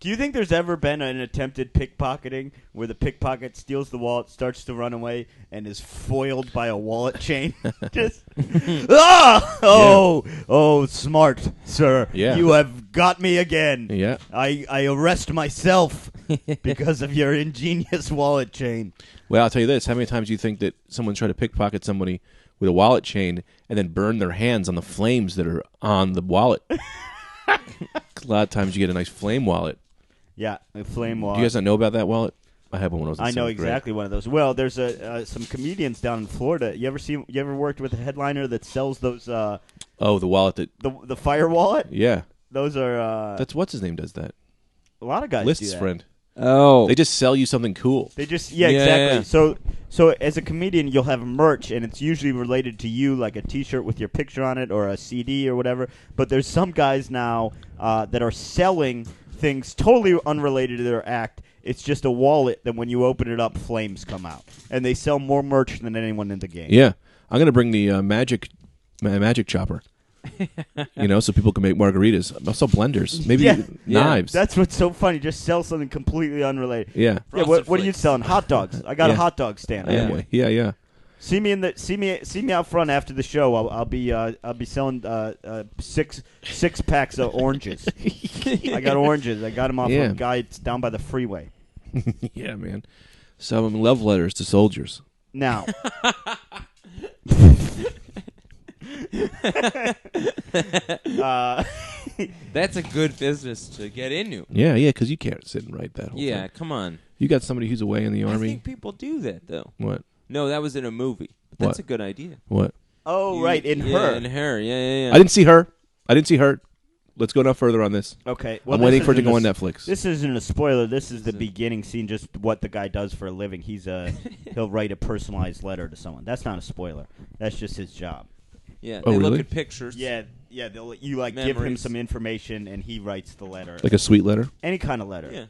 S1: Do you think there's ever been an attempted pickpocketing where the pickpocket steals the wallet, starts to run away, and is foiled by a wallet chain? <laughs>
S2: <laughs>
S1: Just ah! Oh, oh, smart sir!
S2: Yeah.
S1: you have got me again.
S2: Yeah.
S1: I I arrest
S2: <laughs>
S1: myself because of your ingenious wallet chain.
S2: Well, I'll tell you this: How many times do you think that someone tried to pickpocket somebody with a wallet chain and then burn their hands on the flames that are on the
S1: <laughs>
S2: wallet? a lot of times you get a nice flame wallet.
S1: Yeah, a flame
S2: Do
S1: wallet.
S2: you guys not know about that wallet? I had one when I was. In
S1: I know
S2: seventh grade.
S1: exactly one of those. Well, there's a uh, some comedians down in Florida. You ever seen? You ever worked with a headliner that sells those uh,
S2: Oh, the wallet that.
S1: the the fire wallet?
S2: Yeah,
S1: Those are uh,
S2: that's what's his name does that.
S1: a lot of guys. do
S2: List's
S1: that.
S2: friend.
S3: Oh.
S2: They just sell you something cool.
S1: They just yeah,
S3: Yeah,
S1: exactly.
S3: yeah.
S1: So so as a comedian, you'll have merch, and it's usually related to you, like a T-shirt with your picture on it, or a CD or whatever. But there's some guys now uh, that are selling things totally unrelated to their act. It's just a wallet that when you open it up, flames come out, and they sell more merch than anyone in the game.
S2: Yeah, I'm gonna bring the uh, magic, ma- magic
S1: <laughs>
S2: chopper. you know, so people can make margaritas. Also blenders, maybe
S1: Yeah.
S2: knives.
S1: That's what's so funny. Just sell something completely unrelated.
S2: yeah.
S1: Yeah, what, what are you selling? Hot dogs. I got
S2: <laughs>
S1: a
S2: Yeah.
S1: hot dog stand.
S2: yeah,
S1: Okay.
S2: yeah, yeah.
S1: See me in the see me see me out front after the show. I'll, I'll be uh, I'll be selling uh, uh, six six packs of
S2: <laughs>
S1: oranges. I got oranges. I got them off
S2: Yeah.
S1: a guy that's down by the freeway.
S3: <laughs>
S2: Yeah, man. So um, love letters to soldiers. <laughs>
S1: Now, uh,
S3: That's a good business to get into.
S2: Yeah, yeah, because you can't sit and write that whole
S3: Yeah,
S2: thing.
S3: come on.
S2: You got somebody who's away in the
S3: I
S2: army.
S3: think people do that though.
S2: What?
S3: No, that was in a movie. But
S2: What?
S3: that's a good idea.
S2: What?
S1: oh
S3: You-
S1: right, in
S3: yeah,
S1: her.
S3: In her. Yeah, yeah, yeah.
S2: I didn't see her. I didn't see her. Let's go no further on this.
S1: Okay. Well,
S2: I'm
S1: this
S2: waiting for it to
S1: isn't
S2: go on
S1: a-
S2: Netflix.
S1: This isn't a spoiler. This is the
S3: This is-
S1: beginning scene, just what the guy does for a living.
S2: <laughs>
S1: He's a he'll write a personalized letter to someone. That's not a spoiler. That's just his job.
S3: Yeah,
S2: Oh,
S3: they
S2: really?
S3: look at pictures.
S1: Yeah, yeah. They'll let you like give him
S3: Memories.
S1: some information, and he writes the letter,
S2: Like a sweet letter.
S1: any kind of letter.
S3: yeah.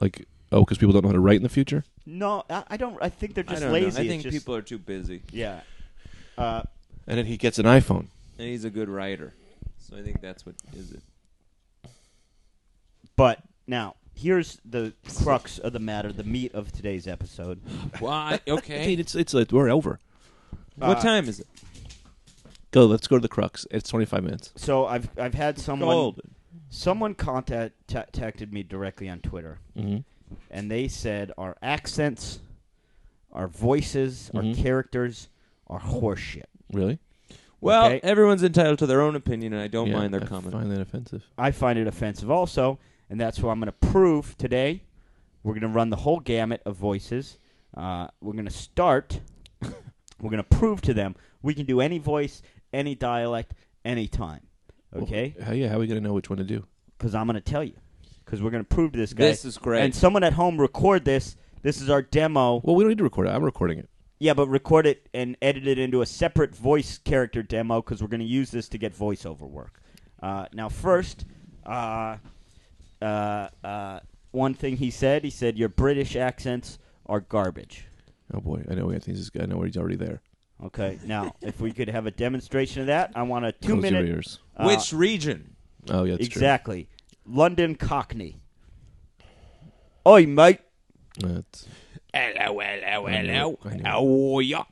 S2: Like oh, because people don't know how to write in the future.
S1: No, I, I don't. I think they're
S3: I
S1: just
S3: don't
S1: lazy.
S3: know. I
S1: It's
S3: think
S1: just-
S3: people are too busy,
S1: Yeah. Uh,
S2: And then he gets an iPhone.
S3: and he's a good writer, so I think that's what is it.
S1: but now here's the crux of the matter, the meat of today's episode.
S2: <laughs>
S3: Why?
S2: Dude,
S3: Okay.
S2: it's it's like, we're over.
S3: what
S1: Uh,
S3: time is it?
S2: Go. Let's go to the crux. It's 25 minutes.
S1: So I've I've had someone
S3: Gold.
S1: someone contact contacted me directly on Twitter.
S2: Mm-hmm.
S1: and they said our accents, our voices,
S2: Mhm.
S3: Mm-hmm.
S1: our characters are horseshit.
S2: Really?
S3: Well,
S1: Okay.
S3: everyone's entitled to their own opinion, and I don't
S2: Yeah,
S3: mind their
S2: I
S3: comment.
S2: Find that offensive.
S1: I find it offensive also, and that's what I'm going to prove today. We're going to run the whole gamut of voices. Uh, we're going to start. <laughs> we're going to prove to them we can do any voice, any dialect, any time. Okay?
S2: Well, how, yeah. How are we gonna know which one to do?
S1: Because I'm going to tell you. Because we're going to prove to this guy.
S3: This is great.
S1: And someone at home record this. This is our demo.
S2: Well, we don't need to record it. I'm recording it.
S1: Yeah, but record it and edit it into a separate voice character demo because we're going to use this to get voiceover work. Uh, now, first, uh, uh, uh, one thing he said, he said your British accents are garbage.
S2: Oh boy, I know Anthony's. I know he's already there.
S1: Okay, now if we could have a demonstration of that, I want a
S2: Close your
S1: two-minute.
S2: ears.
S1: uh,
S3: Which region?
S2: Oh yeah, that's
S1: exactly? London Cockney. Oi, mate.
S2: true. That's
S3: Hello, hello,
S2: I know it, I know
S3: How are ya?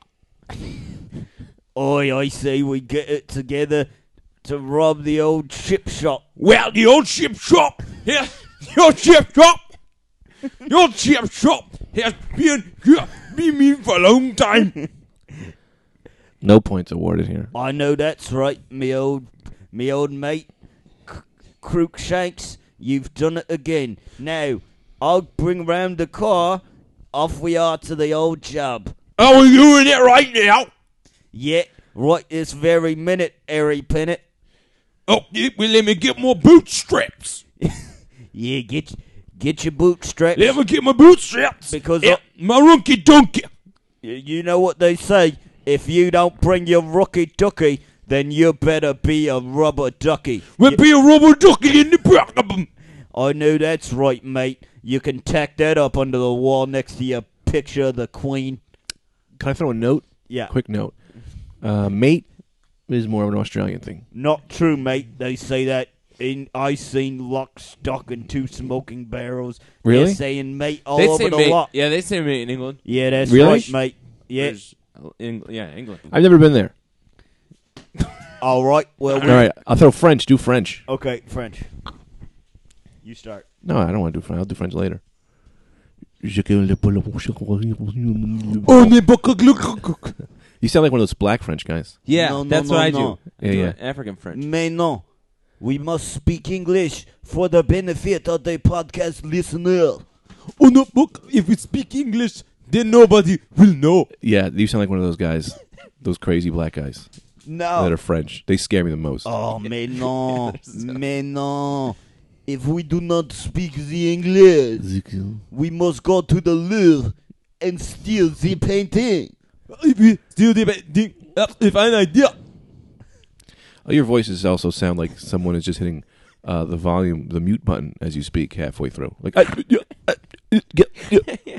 S1: Oi, I say we get it together to rob the old chip shop.
S3: Well, the old ship shop. Yes, the old ship shop. The old ship shop has been here, been me for a long time.
S2: no points awarded here.
S1: I know that's right, me old, me old mate, C- Crookshanks. You've done it again. Now, I'll bring round the car. Off we are to the old job.
S3: How are you in it right now?
S1: Yet, right this very minute, Harry Pennant.
S3: Oh, yeah, well, let me get more bootstraps.
S1: Yeah, get get your bootstraps.
S3: Let me get my bootstraps.
S1: Because
S3: Eh,
S1: I-
S3: my runky donkey.
S1: Y- You know what they say. If you don't bring your rookie ducky, then you better be a rubber ducky.
S3: We'll be a rubber ducky in the problem.
S1: I know that's right, mate. You can tack that up under the wall next to your picture of the Queen.
S2: Can I throw a note?
S1: Yeah.
S2: Quick note. Uh, mate is more of an Australian thing.
S1: Not true, mate. They say that in I seen lock, stock, and two smoking barrels.
S2: Really?
S1: They're saying mate all over the Oh, lot. Yeah,
S3: Yeah, they say mate in England.
S1: that's
S2: Really?
S1: right, mate. Yeah.
S3: yeah, England.
S2: I've never been there.
S1: All right.
S2: All
S1: Well, we,
S2: right, I'll throw French. Do French.
S1: okay, French. You start.
S2: No, I don't want to do French. I'll do French later. You
S3: Oh, the
S2: sound like one of those black French guys.
S3: Yeah,
S1: No, no,
S3: that's
S1: no,
S3: what I
S1: no.
S3: do. I
S2: Yeah,
S3: do
S2: yeah.
S3: an African French.
S1: Mais non, we must speak English for the benefit of the podcast listener.
S3: Oh no, book. If we speak English, then nobody will know.
S2: Yeah, you sound like one of those guys, those crazy black guys that
S1: No.
S2: are French. They scare me the most.
S3: <laughs>
S1: Oh, mais non, mais non. If we do not speak the English, We must go to the Louvre and steal the
S3: <laughs>
S1: painting.
S3: If we still debating, if I an idea.
S2: Oh, Your voices also sound like someone is just hitting uh, the volume, the mute button as you speak halfway through. Like,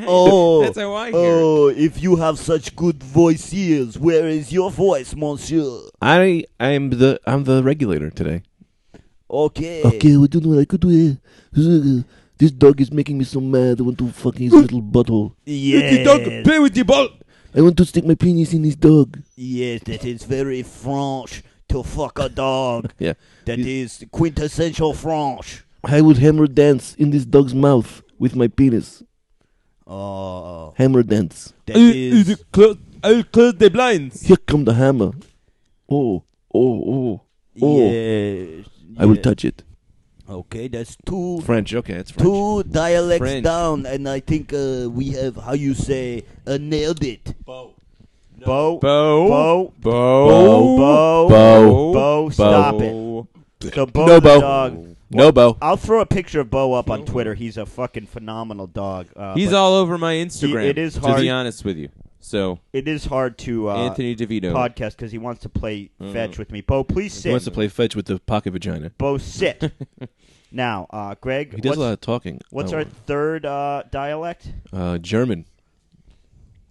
S1: Oh,
S3: that's how I hear it.
S1: oh, if you have such good voices, where is your voice, monsieur?
S2: I, I'm the, I'm the regulator today.
S1: Okay.
S4: Okay, we don't know what I could do. eh? <laughs> This dog is making me so mad. I want to fuck his little butthole.
S3: If you don't
S1: Yes.
S3: play with the ball.
S4: I want to stick my penis in his dog.
S1: Yes, that is very French to fuck a
S4: <laughs>
S1: dog.
S2: Yeah.
S1: That is quintessential French.
S4: I would hammer dance in this dog's mouth with my penis.
S1: Oh,
S4: Hammer dance.
S1: that
S3: I,
S1: is.
S3: I close, I'll close the blinds.
S4: Here come the hammer. Oh, oh, oh. Oh.
S1: Yes.
S4: I will
S1: yes.
S4: touch it.
S1: Okay, that's two.
S2: French. Okay, it's French.
S1: Two dialects
S3: French.
S1: down, and I think uh, we have how you say uh, nailed it.
S3: Bow.
S1: Bo,
S3: Bow.
S1: Bo,
S3: Bow.
S1: Bo, Bo,
S2: Bo.
S1: Bo, stop it. So Bo
S2: No,
S1: the
S2: Bo.
S1: dog.
S2: No, Bo.
S1: I'll throw a picture of Bo up on Twitter. He's a fucking phenomenal dog. Uh,
S3: He's
S1: but
S3: all over my Instagram.
S1: He- it is
S3: to
S1: hard-
S3: be honest with you. So
S1: It is hard to uh,
S3: Anthony DeVito.
S1: podcast because he wants to play fetch with me. Bo, please
S2: He wants to
S1: sit.
S2: play fetch with the pocket vagina.
S1: Bo, sit. now, uh, Greg,
S2: He does
S1: what's,
S2: a lot of talking.
S1: what's
S2: Oh,
S1: our third uh, dialect?
S2: uh, German?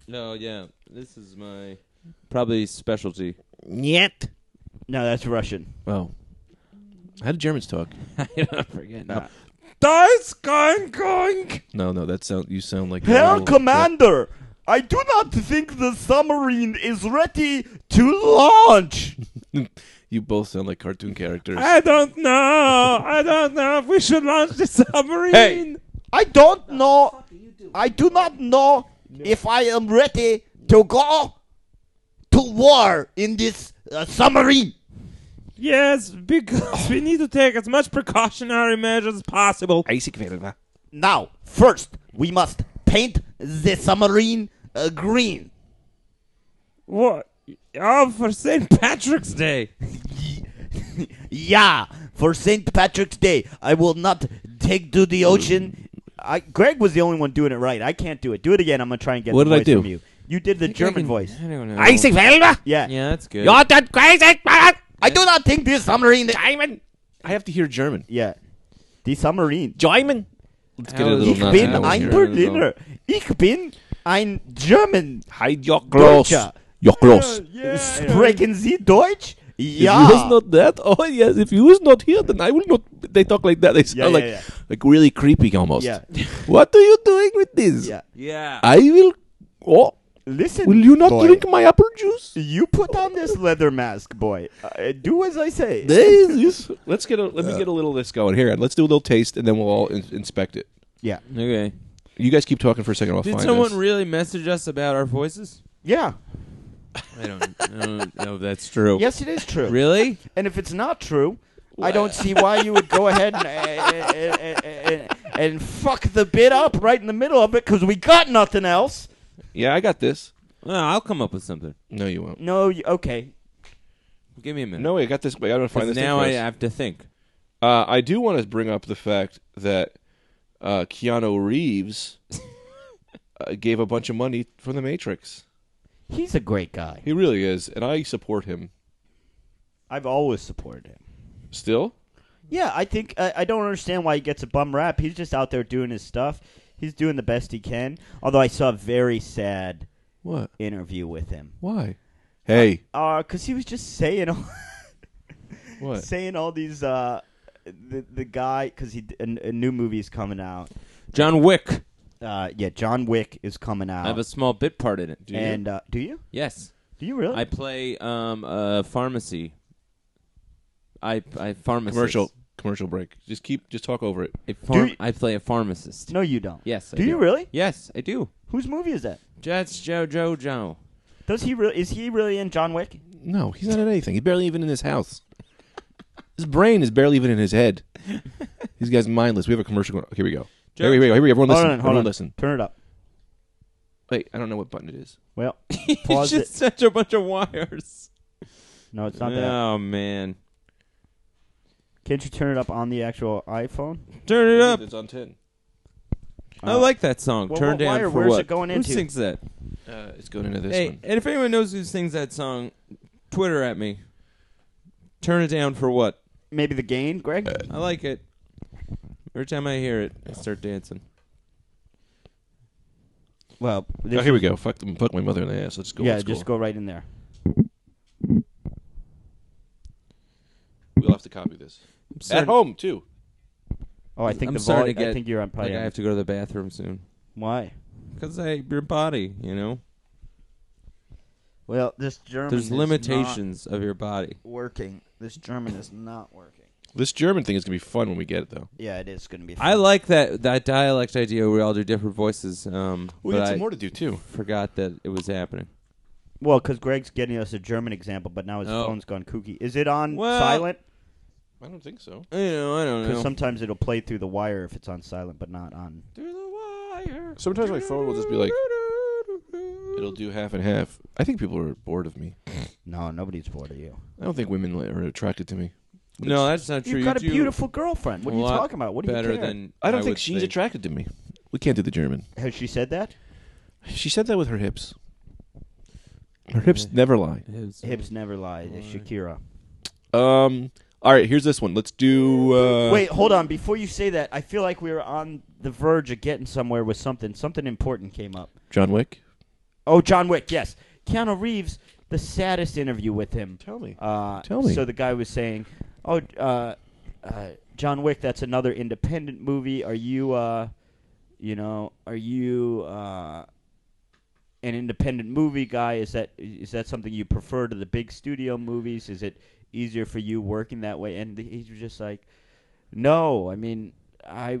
S3: No, yeah, this is my probably specialty.
S2: Yet.
S1: No, that's Russian.
S2: Oh. How do Germans talk?
S3: I don't forget now.
S2: Dice going going. No, no, that sound you sound like a
S1: Herr
S2: little-
S1: Commander, I do not think the submarine is ready to launch.
S2: You both sound like cartoon characters.
S3: don't know. I don't know if we should launch the submarine.
S1: I don't know. I do not know if I am ready to go to war in this uh, submarine.
S3: Yes, because we need to take as much precautionary measures as possible.
S1: Now, first, we must paint the submarine uh, green.
S3: What? Oh, for St. Patrick's Day.
S1: Yeah, for St. Patrick's Day, I will not take to the ocean. I, Greg was the only one doing it right. I can't do it. Do it again. I'm gonna try and get
S2: What
S1: the
S2: did I
S1: voice
S2: do?
S1: from you. You did the German voice.
S3: I don't know.
S2: Eisig
S1: Yeah.
S3: Yeah, that's good.
S2: uh, that crazy.
S1: I do not think this submarine.
S2: Diamond. I have to hear German.
S1: Yeah, the submarine.
S2: Diamond. Let's get a
S3: How is-
S2: little
S1: Ich
S3: not
S2: Nazi
S1: bin
S2: going
S3: that one
S1: ein
S2: here.
S3: Ber-
S1: Berliner. Ich bin ein German.
S2: Hide your gross.
S1: Deutscher. Uh,
S2: Your gross.
S1: Sprechen Sie Deutsch?
S2: If he is
S1: Ja.
S2: not that, oh yes. If you is not here, then I will not. They talk like that. They sound
S1: Yeah, yeah,
S2: like
S1: yeah.
S2: like really creepy almost.
S1: Yeah.
S2: what are you doing with this?
S1: Yeah.
S3: Yeah.
S2: I will. Oh,
S1: Listen.
S2: will you not
S1: boy.
S2: drink my apple <laughs> juice?
S1: You put on this leather mask, boy. Uh, do as I say.
S2: There is- Let's get a. Let me get a little of this going here. Let's do a little taste, and then we'll all in- inspect it.
S1: yeah.
S3: okay.
S2: You guys keep talking for a second. I'll
S3: Did
S2: find
S3: someone
S2: this.
S3: really message us about our voices?
S1: Yeah.
S3: I don't, I don't know if Oh, that's true.
S1: Yes, it is true.
S3: Really?
S1: And if it's not true, I don't see why you would go ahead and, eh, and, and, and, eh, and fuck the bit up right in the middle of it because we got nothing else.
S2: yeah, I got this.
S3: No, I'll come up with something.
S2: No, you won't.
S1: No, you, okay.
S3: Give me a minute.
S2: No, I got this. I gotta
S3: 'Cause
S2: find this.
S3: now I
S2: thing
S3: have to think.
S2: I, uh, I do want to bring up the fact that uh, Keanu <laughs> Reeves uh, gave a bunch of money for The Matrix.
S1: He's a great guy.
S2: He really is, and I support him
S1: I've always supported him.
S2: still.
S1: Yeah, I think I, I don't understand why he gets a bum rap. He's just out there doing his stuff. He's doing the best he can. Although I saw a very sad
S2: What?
S1: interview with him,
S2: Why? Hey,
S1: uh, cause he was just saying all
S2: what?
S1: <laughs> saying all these uh, the the guy because he a, a new movie is coming out.
S3: John Wick.
S1: Uh, yeah, John Wick is coming out.
S3: I have a small bit part in it.
S2: you?
S1: and uh, do you?
S3: Yes.
S1: Do you really?
S3: I play um, a pharmacy. I I pharmacist.
S2: commercial commercial break. Just keep just talk over it.
S3: A pharm-
S1: you-
S3: I play a pharmacist.
S1: no, you don't.
S3: Yes. I
S1: Do you really?
S3: Yes, I do.
S1: Whose movie is that?
S3: Jets Joe Joe Joe.
S1: Does he really? Is he really in John Wick?
S2: No, he's not in anything. He's barely even in his house. His brain is barely even in his head. <laughs> These guys mindless. We have a commercial going. Here we go. Here
S3: <laughs>
S2: we go. Here we go. Everyone listen.
S1: hold on, hold
S2: Everyone
S1: on.
S2: listen.
S1: Turn it up.
S2: Wait, I don't know what button it is.
S1: Well,
S3: It's
S1: pause
S3: just
S1: it.
S3: such a bunch of wires.
S1: No, it's not that.
S3: oh man.
S1: Can't you turn it up on the actual iPhone? Uh,
S3: Turn it up.
S2: It's on ten.
S3: I like that song.
S1: Well,
S3: Turn
S1: what
S3: down
S1: wire-
S3: for
S1: where's
S3: what?
S1: it going into?
S3: Who sings that?
S2: Uh, it's going into this
S3: hey,
S2: one.
S3: and if anyone knows who sings that song, Twitter at me. Turn it down for what?
S1: Maybe the gain, Greg.
S3: I like it. Every time I hear it, I start <laughs> dancing.
S1: well,
S2: Oh,
S1: this
S2: here we
S1: is-
S2: go. Fuck them. Fuck my mother in the ass. Let's go.
S1: yeah,
S2: Let's
S1: just go right in there.
S2: We'll have to copy this
S3: I'm
S2: at
S3: starting-
S2: home too.
S1: Oh, I think
S3: I'm
S1: the
S3: starting
S1: vol-
S3: to get-
S1: I think you're on probably.
S3: Like I
S1: on-
S3: have to go to the bathroom soon
S1: Why?
S3: because I your body, you know.
S1: Well, this German.
S3: There's
S1: is not
S3: limitations of your body.
S1: working. This German is not working.
S2: This German thing is gonna be fun when we get it though.
S1: Yeah, it is going to be. Fun.
S3: I like that that dialect idea. where We all do different voices. Um,
S2: We
S3: but
S2: got some
S3: I
S2: more to do too.
S3: forgot that it was happening.
S1: Well, because Greg's getting us a German example, but now his
S3: Oh.
S1: phone's gone kooky. Is it on
S3: Well-
S1: silent?
S2: I don't think so.
S3: You know, I don't know.
S1: Because sometimes it'll play through the wire if it's on silent, but not on.
S3: Through the wire.
S2: Sometimes my phone will just be like, it'll do half and half. I think people are bored of me.
S1: No, nobody's bored of you.
S2: I don't think women li- are attracted to me.
S3: No, that's not true.
S1: You've got a
S3: You do
S1: beautiful girlfriend. What are
S3: a
S1: you
S3: lot
S1: talking about? What do you
S3: better
S1: care?
S3: than
S2: I don't think
S3: would
S2: she's attracted to me. We can't do the German.
S1: Has she said that?
S2: She said that with her hips. Her hips never lie.
S1: Hips never lie. Shakira.
S2: Um. All right. Here's this one. Let's do. Uh,
S1: Wait, hold on. Before you say that, I feel like we were on the verge of getting somewhere with something. Something important came up.
S2: John Wick.
S1: Oh, John Wick. Yes, Keanu Reeves. The saddest interview with him.
S2: Tell me.
S1: Uh,
S2: Tell me.
S1: So the guy was saying, "Oh, uh, uh, John Wick. That's another independent movie. Are you, uh, you know, are you uh, an independent movie guy? Is that is that something you prefer to the big studio movies? Is it easier for you working that way?" And he was just like, "No. I mean, I."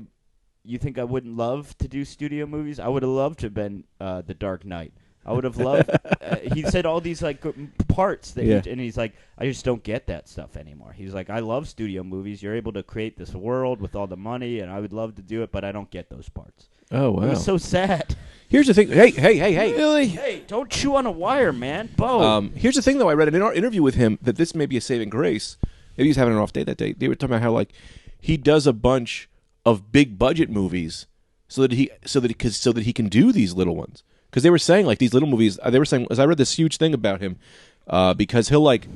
S1: You think I wouldn't love to do studio movies? I would have loved to have been uh, The Dark Knight. I would
S2: <laughs>
S1: have loved. uh, he said all these like g- parts that, he-
S2: Yeah.
S1: and he's like, I just don't get that stuff anymore. He's like, I love studio movies. You're able to create this world with all the money, and I would love to do it, but I don't get those parts.
S2: Oh
S1: It
S2: wow.
S1: was so sad.
S2: here's the thing. Hey, hey, hey, hey. Really?
S1: Hey, don't chew on a wire, man. Bo.
S2: Um, here's the thing, though. I read in our interview with him that this may be a saving grace. Maybe he's having an off day that day. They were talking about how like he does a bunch of big budget movies so that he so that he, cause, so that he can do these little ones because they were saying like these little movies. uh, They were saying as I read this huge thing about him uh, because he'll like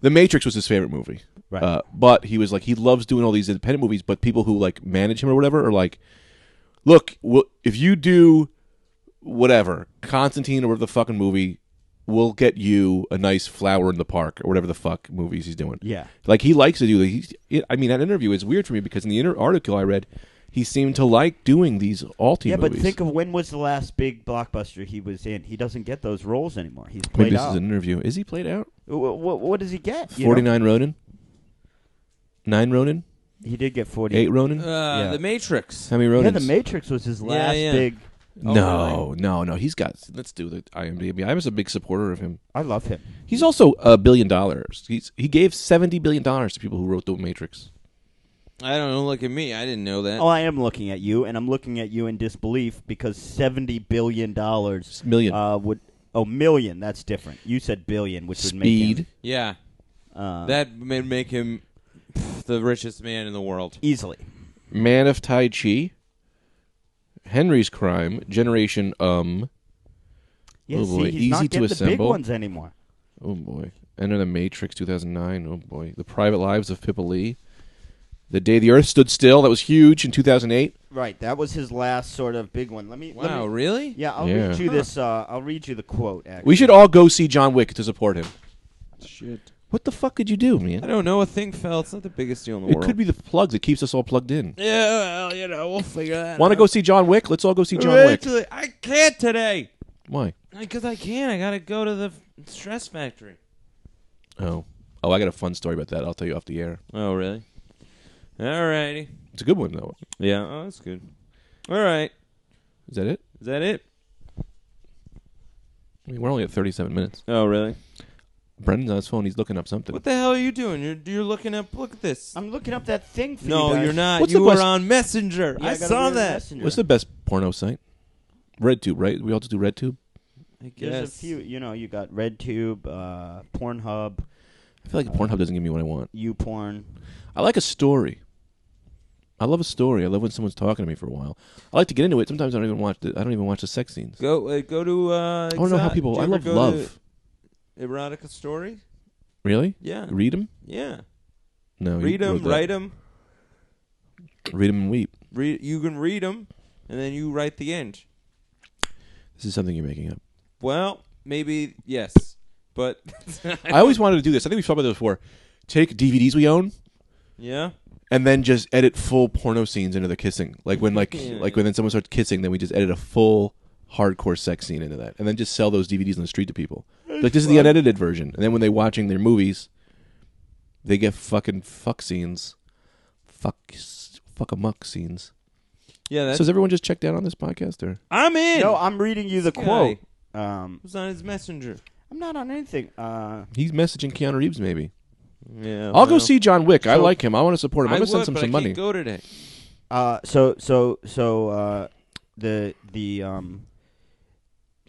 S2: The Matrix was his favorite movie.
S1: Right.
S2: Uh, but he was like he loves doing all these independent movies, but people who like manage him or whatever are like, look, we'll, if you do whatever Constantine or whatever the fucking movie, we'll get you a nice flower in the park or whatever the fuck movies he's doing.
S1: Yeah.
S2: like he likes to do. He's, it, I mean, that interview is weird for me because in the inter- article I read, he seemed to like doing these alti
S1: yeah,
S2: movies.
S1: but think of when was the last big blockbuster he was in? He doesn't get those roles anymore. He's
S2: Maybe
S1: played
S2: this
S1: out.
S2: is an interview. Is he played out?
S1: Wh- wh- what does he get? you know?
S2: Forty nine Ronin, nine Ronin,
S1: He did get forty.
S2: eight Ronin.
S3: Uh, The Matrix.
S2: How many
S1: yeah,
S2: Ronins?
S1: The Matrix was his
S3: Yeah,
S1: last
S3: yeah.
S1: big.
S3: Oh,
S2: no, no, no. He's got. Let's do the IMDb. I was a big supporter of him.
S1: I love him.
S2: He's also a billion dollars. He's he gave seventy billion dollars to people who wrote The Matrix.
S3: I don't know. Look at me. I didn't know that.
S1: Oh, I am looking at you, and I'm looking at you in disbelief because seventy billion dollars
S2: Million.
S1: uh, would oh million. That's different. You said billion, which would make
S2: Speed.
S1: him,
S3: Yeah,
S1: uh,
S3: that would make him pff, the richest man in the world.
S1: easily.
S2: Man of Tai Chi, Henry's Crime, Generation Um,
S1: Yeah,
S2: Oh,
S1: see,
S2: boy.
S1: he's
S2: Easy
S1: not
S2: to
S1: getting the big
S2: assemble.
S1: ones anymore.
S2: oh boy, Enter the Matrix 2009, oh boy, The Private Lives of Pippa Lee, The Day the Earth Stood Still, that was huge in 2008.
S1: Right, that was his last sort of big one. Let me. let
S3: Wow,
S1: me-
S3: really?
S1: yeah, I'll
S2: Yeah.
S1: read you this. Uh, I'll read you the quote. Actually,
S2: We should all go see John Wick to support him.
S3: Shit.
S2: What the fuck could you do,
S3: I
S2: man?
S3: don't know a thing, Phil. It's not the biggest deal in the
S2: It
S3: world.
S2: could be the plug that keeps us all plugged in.
S3: Yeah, well, you know, we'll figure that.
S2: Want to
S3: out.
S2: go see John Wick? Let's all go see John Wick.
S3: Eventually- I can't today
S2: Why?
S3: because I can't. I gotta go to the f- stress factory.
S2: Oh, oh, I got a fun story about that. I'll tell you off the air.
S3: Oh, really? All righty.
S2: It's a good one though.
S3: Yeah. Oh, that's good. All right.
S2: Is that it?
S3: Is that it?
S2: I mean, we're only at 37 minutes.
S3: Oh, really?
S2: Brendan's on his phone. He's looking up something.
S3: What the hell are you doing? You're you're looking up. Look at this.
S1: I'm looking up that thing for
S3: <laughs> no,
S1: you
S3: you
S1: guys.
S3: are not.
S2: What's
S3: you
S2: the
S3: were
S2: best-
S3: on Messenger.
S1: Yeah,
S3: I
S1: got a
S3: saw
S1: weird
S3: that.
S1: messenger.
S2: What's the best porno site? RedTube, right? We all just do RedTube.
S3: I guess.
S1: There's a few. You know, you got RedTube, uh, Pornhub,
S2: I feel like
S3: Uh,
S2: Pornhub doesn't give me what I want.
S1: YouPorn.
S2: I like a story. I love a story. I love when someone's talking to me for a while. I like to get into it. Sometimes I don't even watch. The, I don't even watch the sex scenes.
S3: Go uh, go to. Uh,
S2: I want to know how people. I love love.
S3: Erotica story.
S2: Really?
S3: Yeah.
S2: Read them?
S3: Yeah.
S2: No. Oh, you
S3: Read
S2: wrote
S3: them.
S2: that.
S3: Write them.
S2: Read them and weep.
S3: Read. You can read them, and then you write the end.
S2: This is something you're making
S3: <laughs>
S2: up.
S3: Well, maybe yes, but <laughs>
S2: I always wanted to do this. I think we've talked about this before. Take DVDs we own
S3: yeah.
S2: and then just edit full porno scenes into the kissing. Like when like
S3: Yeah.
S2: like when then someone starts kissing, then we just edit a full hardcore sex scene into that, and then just sell those DVDs on the street to people. like this is the unedited version, and then when they're watching their movies, they get fucking fuck scenes, fuck fuck a muck scenes.
S3: Yeah, that's
S2: so has everyone just checked out on this podcast? Or
S3: I'm in.
S1: No, I'm reading you the
S3: This
S1: quote. Um,
S3: Who's on his messenger?
S1: I'm not on anything. Uh,
S2: he's messaging Keanu Reeves maybe.
S3: Yeah.
S2: I'll go see John Wick. I
S3: So-
S2: like him. I want to support him.
S3: I
S2: I'm
S3: would,
S2: gonna send him
S3: but
S2: some
S3: I
S2: money.
S3: Can't go today.
S1: Uh, so so so uh, the the um,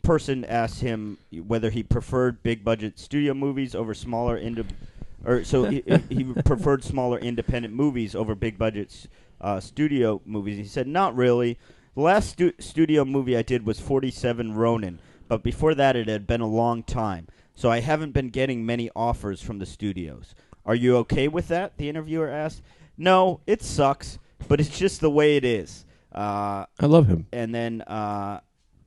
S1: person asked him whether he preferred big budget studio movies over smaller indie or so he, he preferred smaller independent movies over big budget uh, studio movies. He said, "Not really. The last stu- studio movie I did was 47 Ronin, but before that it had been a long time, so I haven't been getting many offers from the studios. Are you okay with that?" The interviewer asked. "No, it sucks, but it's just the way it is." Uh,
S2: I love him.
S1: and then uh,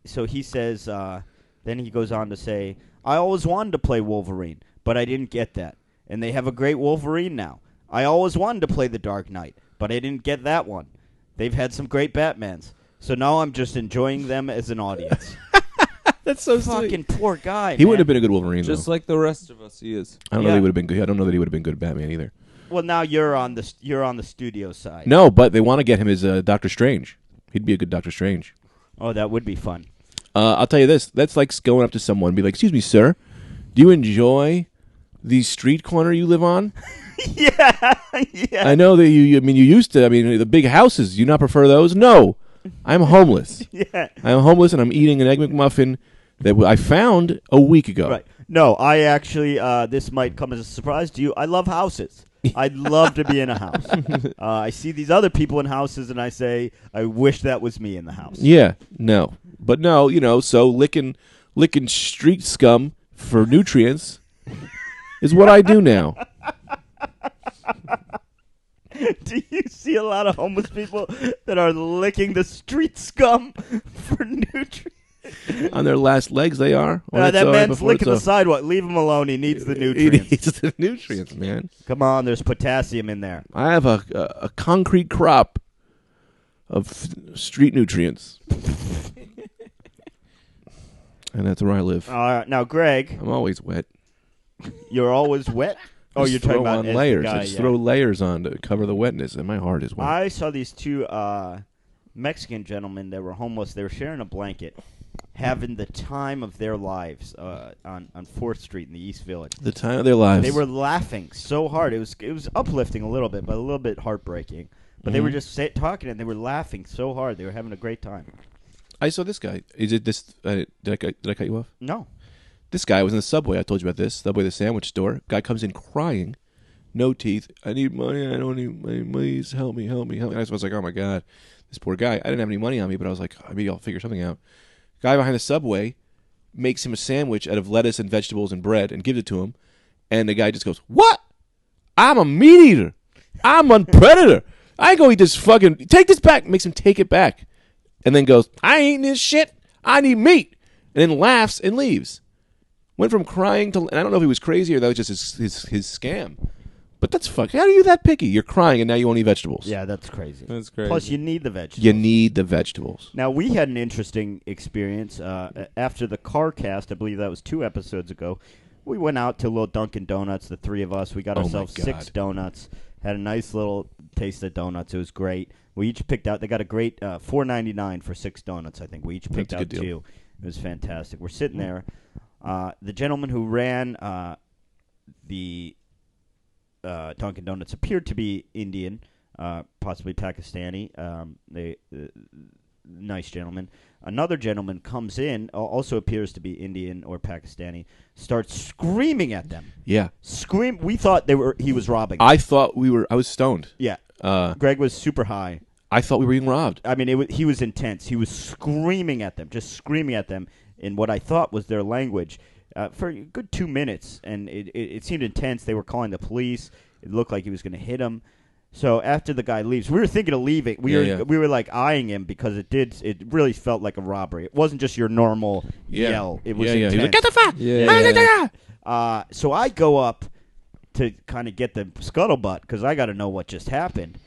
S1: so he says uh, then he goes on to say i always wanted to play wolverine but i didn't get that and they have a great wolverine now i always wanted to play the dark knight but i didn't get that one they've had some great batmans so now i'm just enjoying them as an audience
S2: <laughs> That's so
S1: fucking poor guy
S2: He
S1: man.
S2: would have been a good Wolverine.
S3: Just
S2: though.
S3: like the rest of us, he is.
S2: I don't know that
S1: yeah.
S2: he would have been good. I don't know that he would have been good at Batman either.
S1: well now you're on the st- you're on the studio side
S2: No, but they want to get him as uh, Doctor Strange. He'd be a good Doctor Strange.
S1: oh that would be fun
S2: <laughs> Uh, I'll tell you this. That's like going up to someone and be like, "Excuse me, sir, do you enjoy the street corner you live on?
S1: <laughs> yeah yeah
S2: I know that you, you. I mean, you used to. I mean, the big houses. Do you not prefer those? No, I'm homeless.
S1: yeah
S2: I'm homeless, and I'm eating an egg McMuffin that w- I found a week ago.
S1: Right. No, I actually, uh, this might come as a surprise to you. I
S2: <laughs>
S1: love houses. I'd love to be in a house. Uh, I see these other people in houses, and I say, I wish that was me in the house.
S2: Yeah. No. But no, you know. So licking, licking street scum for nutrients is what I do <laughs> now.
S1: <laughs> Do you see a lot of homeless people that are licking the street scum for nutrients?
S2: On their last legs, they are. When
S1: Uh,
S2: it's
S1: that
S2: all right
S1: man's
S2: before it's
S1: licking the
S2: all-
S1: sidewalk. Leave him alone. He needs
S2: <laughs>
S1: the
S2: It
S1: nutrients.
S2: is the nutrients, man.
S1: Come on, there's potassium in there.
S2: I have a a, a concrete crop of f- street
S1: <laughs>
S2: nutrients, and that's where I live.
S1: All right, now, Greg,
S2: I'm always wet.
S1: you're always wet.
S2: I
S1: Oh,
S2: just
S1: you're talking
S2: throw
S1: about
S2: on
S1: as the
S2: layers.
S1: guy,
S2: I just
S1: yeah.
S2: throw layers on to cover the wetness, and my heart is wet.
S1: I saw these two uh, Mexican gentlemen that were homeless. They were sharing a blanket, having the time of their lives uh, on on Fourth Street in the East Village.
S2: the time of their lives.
S1: They were laughing so hard. It was it was uplifting a little bit, but a little bit heartbreaking. But
S2: Mm-hmm.
S1: they were just sa talking and they were laughing so hard. They were having a great time.
S2: I saw this guy. Is it this? Uh, did I cut- did I cut you off?
S1: No,
S2: This guy was in the subway. I told you about this subway, the sandwich store. Guy comes in crying, no teeth. I need money. I don't need money. Please help me, help me, help me. I was like, oh my god, this poor guy. I didn't have any money on me, but I was like, oh, maybe I'll figure something out. Guy behind the subway makes him a sandwich out of lettuce and vegetables and bread and gives it to him, and the guy just goes, "What? I'm a meat eater. I'm a predator. I go eat this fucking. Take this back." Makes him take it back, and then goes, "I ain't eating this shit. I need meat," and then laughs and leaves went from crying to and I don't know if he was crazy or that was just his his, his scam. But that's fuck. How are you that picky? You're crying and now you won't eat vegetables.
S1: yeah, that's crazy.
S3: That's crazy.
S1: Plus, you need the vegetables.
S2: You need the vegetables.
S1: Now we had an interesting experience uh, a- after the car cast. I believe that was two episodes ago. We went out to little Dunkin' Donuts. The three of us. We got
S2: Oh my
S1: ourselves six
S2: God.
S1: donuts. Had a nice little taste of donuts. It was great. We each picked out. They got a great uh, four ninety nine for six donuts. I think we each picked
S2: That's a
S1: out
S2: good deal.
S1: two. It was fantastic. We're sitting there. Uh, the gentleman who ran uh, the uh, Dunkin' Donuts appeared to be Indian, uh, possibly Pakistani. Um, they uh, nice gentleman. Another gentleman comes in, al- also appears to be Indian or Pakistani, starts screaming at them.
S2: Yeah.
S1: Scream! We thought they were he was robbing.
S2: I thought we were I was stoned.
S1: yeah,
S2: Uh
S1: Greg was super high.
S2: I thought we were being robbed.
S1: I mean, it was, he was intense. He was screaming at them, just screaming at them in what I thought was their language uh, for a good two minutes, and it, it, it seemed intense. They were calling the police. It looked like he was going to hit him. So after the guy leaves, we were thinking of leaving. We
S2: Yeah,
S1: were
S2: yeah.
S1: we were like eyeing him because it did. It really felt like a robbery. It wasn't just your normal
S2: Yeah.
S1: yell. It was
S2: yeah, yeah.
S1: intense.
S2: He was like, Get the fuck
S3: Yeah,
S2: Ah,
S3: yeah,
S2: da, da,
S3: yeah.
S2: da.
S1: Uh, so I go up to kind of get the scuttlebutt because I got to know what just happened.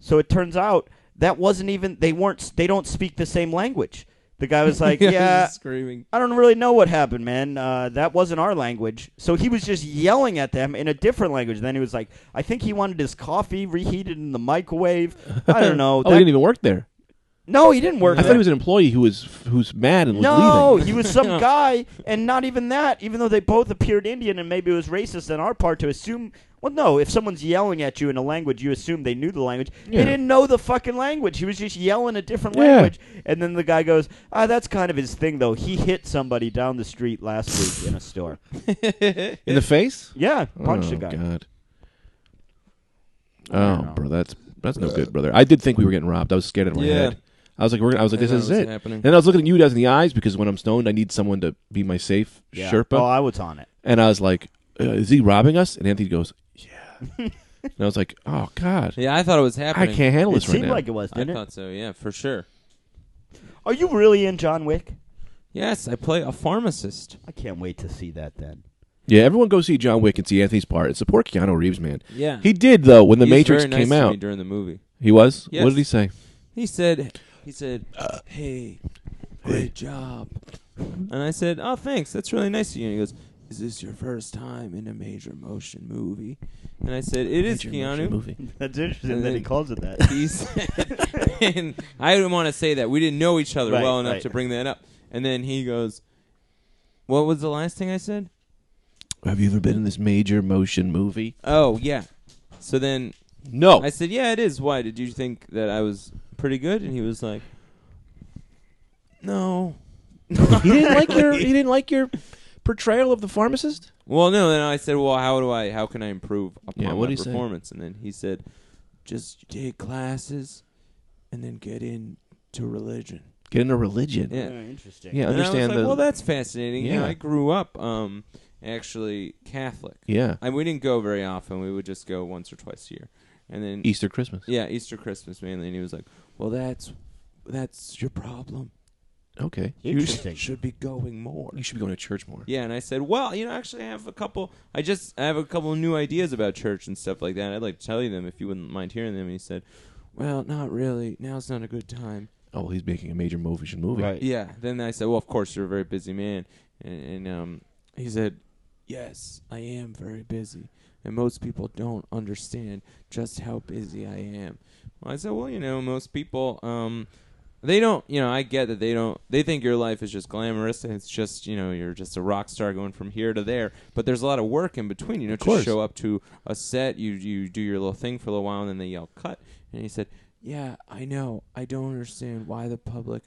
S1: So it turns out that wasn't even they weren't they don't speak the same language. The
S2: <laughs>
S1: guy was like, "Yeah,
S3: screaming.
S1: I don't really know what happened, man. Uh, that wasn't our language." So he was just yelling at them in a different language. Then he was like, "I think he wanted his coffee reheated in the microwave."
S2: <laughs>
S1: I don't know.
S2: Oh,
S1: That-
S2: he didn't even work there.
S1: no, he didn't work.
S2: I thought
S1: there.
S2: he was an employee who was who's mad and was
S1: No,
S2: leaving.
S1: he was
S2: <laughs>
S1: some guy, and not even that. Even though they both appeared Indian, and maybe it was racist on our part to assume. Well, no, if someone's yelling at you in a language, you assume they knew the language. They
S2: Yeah.
S1: didn't know the fucking language. He was just yelling a different
S2: Yeah.
S1: language, and then the guy goes, "Ah, that's kind of his thing, though. He hit somebody down the street last week in a store.
S2: In the face?
S1: Yeah, punched
S2: oh,
S1: a guy.
S2: God. Oh, bro, that's that's no good, brother. I did think we were getting robbed. I was scared in my
S3: Yeah.
S2: head. I was like, we're. Gonna, I was like,
S3: I
S2: this
S3: thought it
S2: is
S3: was
S2: it.
S3: happening.
S2: And I was looking at you guys in the eyes because when I'm stoned, I need someone to be my safe
S1: Yeah.
S2: Sherpa.
S1: Oh, I was on it.
S2: and I was like, uh, is he robbing us? And Anthony goes, yeah.
S3: <laughs>
S2: and I was like, oh god,
S3: Yeah, I thought it was
S2: I
S3: happening.
S2: can't handle
S1: It
S2: this right
S1: seemed
S2: now.
S1: like it was,
S3: I
S1: didn't it?
S3: thought so. Yeah, for sure.
S1: Are you really in John Wick?
S3: Yes, I play a pharmacist.
S1: I can't wait to see that then. <laughs>
S2: yeah, everyone go see John Wick and see Anthony's part. It's support Keanu Reeves, man.
S3: Yeah.
S2: He did though when the
S3: He was
S2: Matrix
S3: very nice
S2: came
S3: to me
S2: out.
S3: during the movie.
S2: He was.
S3: Yes.
S2: What did he say?
S3: He said, he said,
S2: Uh,
S3: "Hey, great job." And I said, "Oh, thanks. That's really nice of you." And he goes, "Is this your first time in a major motion movie?" And I said, "It is, Keanu."
S2: Movie.
S1: That's interesting
S3: And
S1: that he
S3: then-
S1: calls
S2: <laughs>
S1: it that.
S3: He said, <laughs> and I didn't want to say that. We didn't know each other
S1: Right,
S3: well enough
S1: right.
S3: to bring that up. And then he goes, "What was the last thing I said?"
S2: Have you ever been in this major motion movie?
S3: Oh, yeah. So then
S2: No.
S3: I said, "Yeah, it is. Why did you think that I was pretty good?" And he was like, "No."
S2: <laughs> he didn't like your he didn't like your portrayal of the pharmacist.
S3: Well, no. Then I said, "Well, how do I? How can I improve upon
S2: Yeah,
S3: my
S2: what'd he say?
S3: performance?" And then he said, "Just take classes, and then get into religion."
S2: Get into religion.
S3: Yeah.
S1: interesting.
S2: Yeah,
S3: And I was
S2: understand
S3: like,
S2: the
S3: Well, that's fascinating. You know,
S2: Yeah.
S3: I grew up um, actually Catholic.
S2: yeah
S3: I, we didn't go very often. We would just go once or twice a year, and then
S2: Easter Christmas.
S3: yeah, Easter, Christmas mainly. And he was like, "Well, that's that's your problem.
S2: Okay,
S3: You sh-
S1: Interesting.
S3: should be going more."
S2: you should be going to church more.
S3: Yeah, and I said, well, you know, actually, I have a couple. I just I have a couple new ideas about church and stuff like that. I'd like to tell you them if you wouldn't mind hearing them. And he said, well, not really. Now's not a good time.
S2: Oh, he's making a major motion movie.
S1: Right.
S3: Yeah. Then I said, well, of course, you're a very busy man. And, and um, he said, yes, I am very busy, and most people don't understand just how busy I am. Well, I said, well, you know, most people, um, they don't, you know, I get that they don't, they think your life is just glamorous and it's just, you know, you're just a rock star going from here to there. But there's a lot of work in between. You know, to
S2: course.
S3: show up to a set, you you do your little thing for a little while, and then they yell cut. And he said, yeah, I know. I don't understand why the public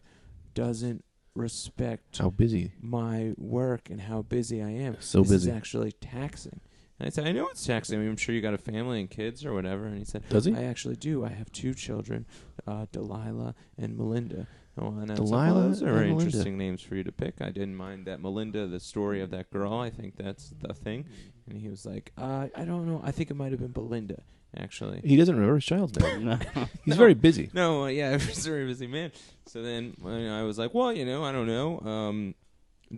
S3: doesn't respect
S2: How busy?
S3: my work and how busy I am.
S2: So
S3: this
S2: busy.
S3: is actually taxing. And I said, I know it's taxing. I mean, I'm sure you got a family and kids or whatever. And he said,
S2: Does he?
S3: I actually do. I have two children, uh, Delilah and Melinda. Oh, and I was like, well,
S2: Delilah
S3: those are
S2: and
S3: very
S2: Melinda.
S3: interesting names for you to pick. I didn't mind that Melinda, the story of that girl. I think that's the thing.
S2: Mm.
S3: And he was like, uh, I don't know. I think it might have been Belinda, actually.
S2: He doesn't remember his child's name.
S3: <laughs>
S1: No.
S2: <laughs> He's very busy.
S3: No, uh, yeah, <laughs> I was a very busy man. So then uh, I was like, well, you know, I don't know. Um,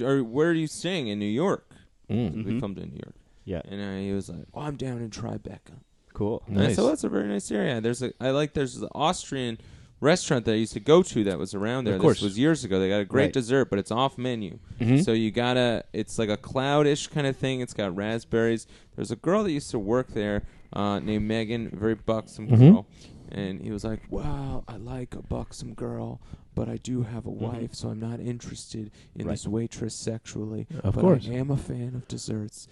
S3: are, where are you staying in New York?
S2: Mm.
S3: We come to New York,
S1: Yeah.
S3: and uh, he was like, "Oh, I'm down in Tribeca."
S1: Cool.
S3: And I
S2: Nice.
S3: said, "Well, that's a very nice area. There's a I like there's an Austrian restaurant that I used to go to that was around there.
S2: Of course.
S3: This was years ago. They got a great
S1: Right.
S3: dessert, but it's off menu.
S2: Mhm.
S3: So you gotta. It's like a cloudish kind of thing. It's got raspberries. There's a girl that used to work there uh, named Megan, very buxom
S2: Mm-hmm.
S3: girl, and he was like, "Wow, I like a buxom girl." But I do have a
S2: Mm-hmm.
S3: wife, so I'm not interested in
S1: Right.
S3: this waitress sexually.
S2: Of
S3: but
S2: course.
S3: I am a fan of desserts.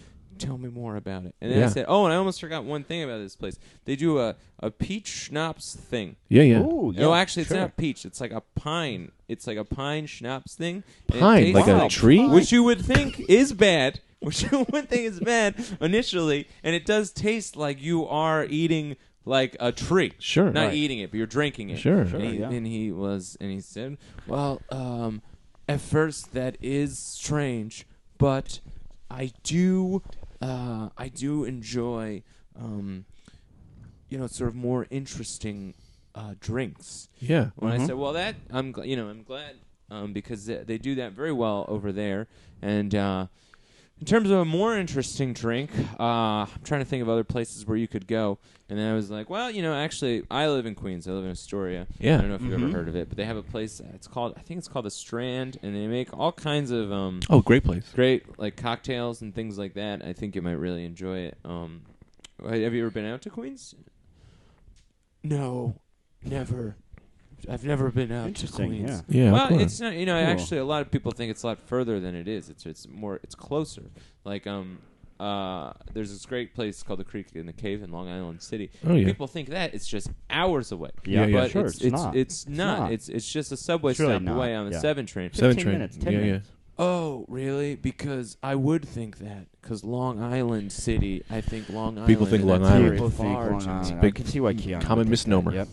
S3: Tell me more about it. And then I
S2: Yeah.
S3: said, "Oh, and I almost forgot one thing about this place. They do a, a peach schnapps thing.
S2: Yeah, Oh, yeah.
S1: Ooh, yeah,
S3: no, actually,
S1: sure.
S3: it's not peach. It's like a pine. It's like a pine schnapps thing. and it
S2: Pine
S3: tastes
S2: like a
S1: like
S2: tree.
S1: pine.
S3: which you would think is bad. <laughs> Which you would think is bad initially, and it does taste like you are eating like a tree.
S2: Sure.
S3: not
S2: Right.
S3: eating it, but you're drinking it.
S2: Sure.
S3: And he,
S1: yeah.
S3: and he was, and he said, "Well, um, at first that is strange, but I do, uh, I do enjoy, um, you know, sort of more interesting uh, drinks."
S2: Yeah. Mm-hmm.
S3: When I said, "Well, that I'm, gl- you know, I'm glad um, because they, they do that very well over there." And uh, in terms of a more interesting drink, uh, I'm trying to think of other places where you could go. And then I was like, "Well, you know, actually, I live in Queens. I live in Astoria.
S2: Yeah. Mm-hmm.
S3: I don't know if you've ever heard of it, but they have a place. uh, It's called, I think it's called the Strand, and they make all kinds of um,
S2: Oh, great place.
S3: great like cocktails and things like that. I think you might really enjoy it. Um, have you ever been out to Queens? No, never. I've never been out
S1: Interesting,
S3: to Queens.
S1: yeah.
S2: Yeah. of
S3: Well,
S2: course.
S3: it's not. You know,
S1: Cool.
S3: actually, a lot of people think it's a lot further than it is. It's it's more. It's closer. Like um. Uh, there's this great place called the Creek in the Cave in Long Island City.
S2: Oh, yeah.
S3: People think that it's just hours away.
S1: Yeah,
S2: yeah,
S3: but
S1: sure,
S3: It's,
S1: it's not.
S3: It's
S1: It's not.
S3: not. It's it's just a subway
S1: It's really
S3: stop
S1: not,
S3: away on the
S1: yeah.
S3: seven train.
S2: seven
S1: 15
S2: train.
S1: minutes, 10
S2: yeah,
S1: minutes.
S2: yeah.
S3: Oh, really? Because I would think that. Because Long Island City, I think Long Island.
S2: People think
S3: and
S2: Long
S3: that's
S2: Island.
S3: very
S1: People think
S3: far,
S1: Long
S3: Jimmy.
S1: Island. I
S2: big
S1: can see why Keanu.
S2: common
S1: would think that.
S2: misnomer.
S1: Yep.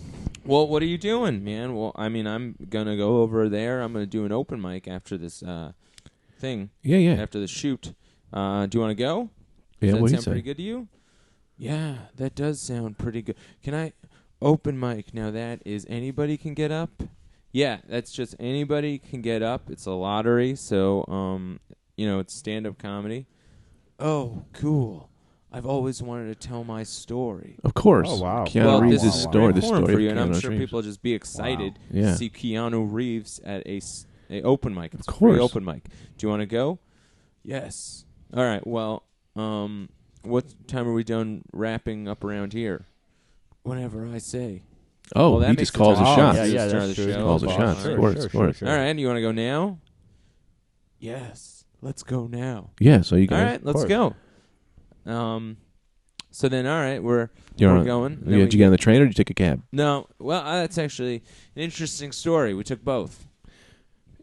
S3: Well, what are you doing, man? Well, I mean, I'm gonna go over there. I'm gonna do an open mic after this uh, thing,
S2: Yeah, yeah,
S3: after the shoot. Uh, do you want to go?
S2: yeah.
S3: Does that
S2: What do you
S3: sound
S2: say?
S3: pretty good to you? Yeah, that does sound pretty good. Can I open mic? Now that is anybody can get up. Yeah, that's just anybody can get up. It's a lottery, so um, you know, it's stand up comedy. Oh, cool. I've always wanted to tell my story.
S2: Of course.
S1: Oh, wow.
S2: Keanu
S1: Well,
S2: Reeves'
S1: this
S2: is
S1: is
S2: story.
S1: great
S2: the
S3: forum
S2: story
S3: for
S2: of
S3: you, and I'm
S2: Keanu
S3: sure
S2: Reeves.
S3: people will just be excited
S2: Yeah.
S3: to see Keanu Reeves at a, s- a open mic. It's
S2: Of
S3: a free
S2: course.
S3: open mic. Do you want to go? Yes. All right. Well, um, what time are we done wrapping up around here? Whenever I say.
S2: Oh,
S3: Well, that
S2: he
S3: makes
S2: just calls
S3: the
S2: a
S3: time.
S2: shot.
S1: Yeah,
S3: Just
S1: yeah,
S3: turn
S1: that's
S3: the
S1: true.
S3: show
S1: It's
S3: off.
S2: Calls a shot.
S1: Sure,
S2: Of course,
S1: sure,
S2: of course.
S1: sure,
S3: All right. You want to go now? Yes. Let's go now.
S2: Yeah, so you guys.
S3: all right. Let's
S1: course.
S3: go. Um. So then, all right, we're
S2: You're
S3: we're
S2: on-
S3: going.
S2: Yeah,
S3: Then we-
S2: did you get on the train or did you take a cab?
S3: No. Well, uh, that's actually an interesting story. We took both.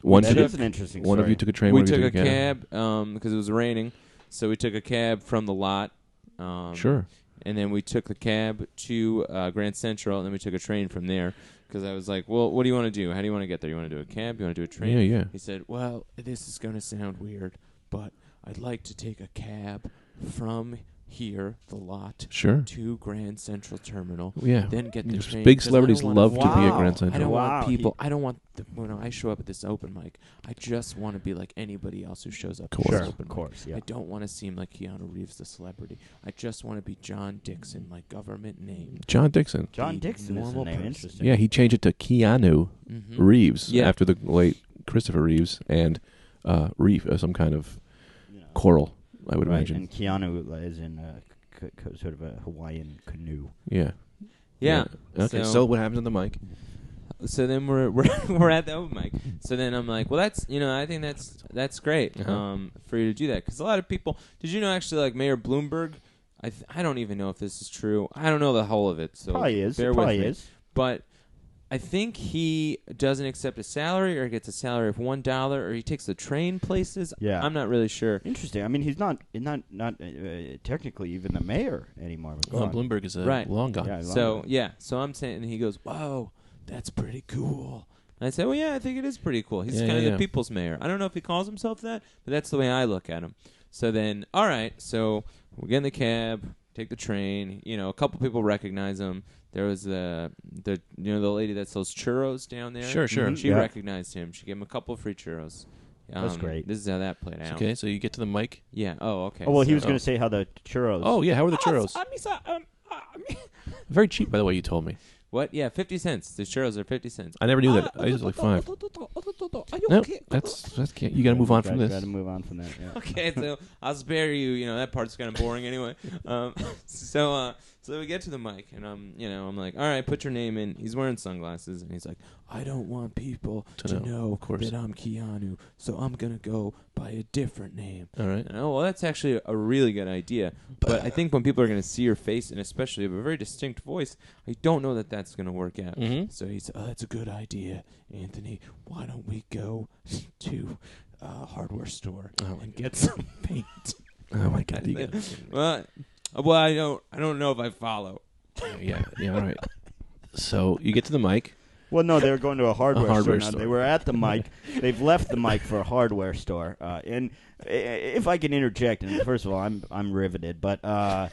S2: One,
S1: That
S2: took-
S1: is an interesting
S2: one of
S1: story.
S2: you took a train.
S3: we
S2: one of you
S3: took a
S2: took
S3: cab um, because it was raining, so we took a cab from the lot. Um,
S2: Sure.
S3: And then we took the cab to uh, Grand Central, and then we took a train from there because I was like, "Well, what do you want to do? How do you want to get there? You want to do a cab? You want to do a train?"
S2: Yeah, yeah.
S3: He said, "Well, this is going to sound weird, but I'd like to take a cab from here, the lot,
S2: Sure.
S3: to Grand Central Terminal,
S2: Yeah.
S3: then get the
S2: Yes,
S3: train.
S2: Big
S3: 'cause I
S2: celebrities
S3: don't
S2: love
S3: wanna-
S2: to be at
S1: Wow.
S2: Grand
S3: I don't
S2: Central.
S1: Wow,
S3: want
S1: he-
S3: people. I don't want the, when I show up at this open mic. I just want to be like anybody else who shows up. at
S2: Course.
S1: Sure,
S3: this
S1: of
S3: open mic.
S1: course. Yeah.
S3: I don't want to seem like Keanu Reeves, the celebrity. I just want to be John Dixon, my government name.
S2: John Dixon.
S1: John
S3: the
S1: Dixon is the
S3: normal
S1: name.
S3: person.
S1: Interesting.
S2: Yeah, he changed it to Keanu
S3: Mm-hmm.
S2: Reeves
S3: Yeah.
S2: after the late Christopher Reeves and uh, Reeve, uh, some kind of
S1: You know.
S2: coral, I would
S1: Right,
S2: imagine.
S1: And Keanu is in a c- c- sort of a Hawaiian canoe.
S2: Yeah.
S3: Yeah.
S2: Okay,
S3: So-
S2: so, what happens on the mic?
S3: So then we're <laughs> we're we're at the open mic. So then I'm like, well, that's you know, I think that's that's great
S2: Uh-huh.
S3: um, for you to do that because a lot of people. Did you know actually like Mayor Bloomberg? I th- I don't even know if this is true. I don't know the whole of it. So
S1: probably is.
S3: Bear
S1: probably
S3: with me.
S1: is.
S3: but I think he doesn't accept a salary or gets a salary of one dollar or he takes the train places.
S1: Yeah.
S3: I'm not really sure.
S1: Interesting. I mean, he's not not not uh, uh, technically even the mayor anymore. But go on.
S2: Bloomberg is a
S3: Right.
S2: long
S1: Yeah, I
S2: guy.
S1: love
S3: So
S1: it.
S3: yeah, so I'm saying, and he goes, "Whoa, that's pretty cool." And I said, "Well, yeah, I think it is pretty cool. He's
S2: Yeah,
S3: kind of
S2: yeah,
S3: the
S2: yeah.
S3: people's mayor. I don't know if he calls himself that, but that's the way I look at him." So then, all right, so we get in the cab, take the train. You know, a couple people recognize him. There was the the you know the lady that sells churros down there. Mm-hmm.
S2: Sure, sure.
S1: Mhm.
S3: She
S1: Yeah.
S3: recognized him. She gave him a couple free churros. Um,
S1: That's great.
S3: This is how that played out.
S2: Okay, so you get to the mic.
S3: Yeah. Oh, okay.
S1: oh well,
S3: so-
S1: he was going to say how the churros.
S2: Oh, yeah, how are the churros? um, uh, Very cheap, by the way, you told me.
S3: What? Yeah, fifty cents. The churros are fifty cents.
S2: I never knew that.
S3: Ah,
S2: I was like five. uh, No, that's that's can't. You got to move on from
S1: Gotta-
S2: this.
S1: Gotta move on from that. yeah.
S3: okay, so I'll spare you. You know that part's kind of boring anyway. Um, <laughs> so uh, so we get to the mic, and I'm you know I'm like, all right, put your name in. He's wearing sunglasses, and he's like, I don't want people
S2: To
S3: to,
S2: know,
S3: know,
S2: of course.
S3: that I'm Keanu, so I'm gonna go by a different name.
S2: All right.
S3: And, oh well, that's actually a really good idea. But I think when people are gonna see your face, and especially you have a very distinct voice, I don't know that that's gonna work out.
S2: Mhm.
S3: So he said, oh, that's a good idea, Anthony. Why don't we go <laughs> to a hardware store
S2: Oh my
S3: and get some paint?
S2: Oh my god. You got
S3: well, uh, well, I don't, I don't know if I follow.
S2: yeah. Yeah. All right. So you get to the mic.
S1: Well, no, they were going to a hardware,
S2: hardware
S1: store. now.
S2: store.
S1: They were at the mic.
S2: <laughs>
S1: They've left the mic for a hardware store. Uh, and i- if I can interject, and first of all, I'm I'm riveted, but uh,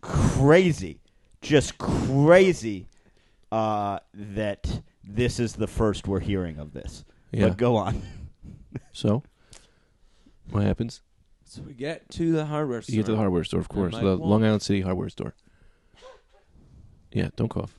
S1: crazy, just crazy uh, that this is the first we're hearing of this.
S2: Yeah.
S1: But go on.
S2: So what happens?
S3: So we get to the hardware store.
S2: You get to the hardware store, of course,
S3: mic
S2: the
S3: won't-
S2: Long Island City hardware store. Yeah. Don't cough.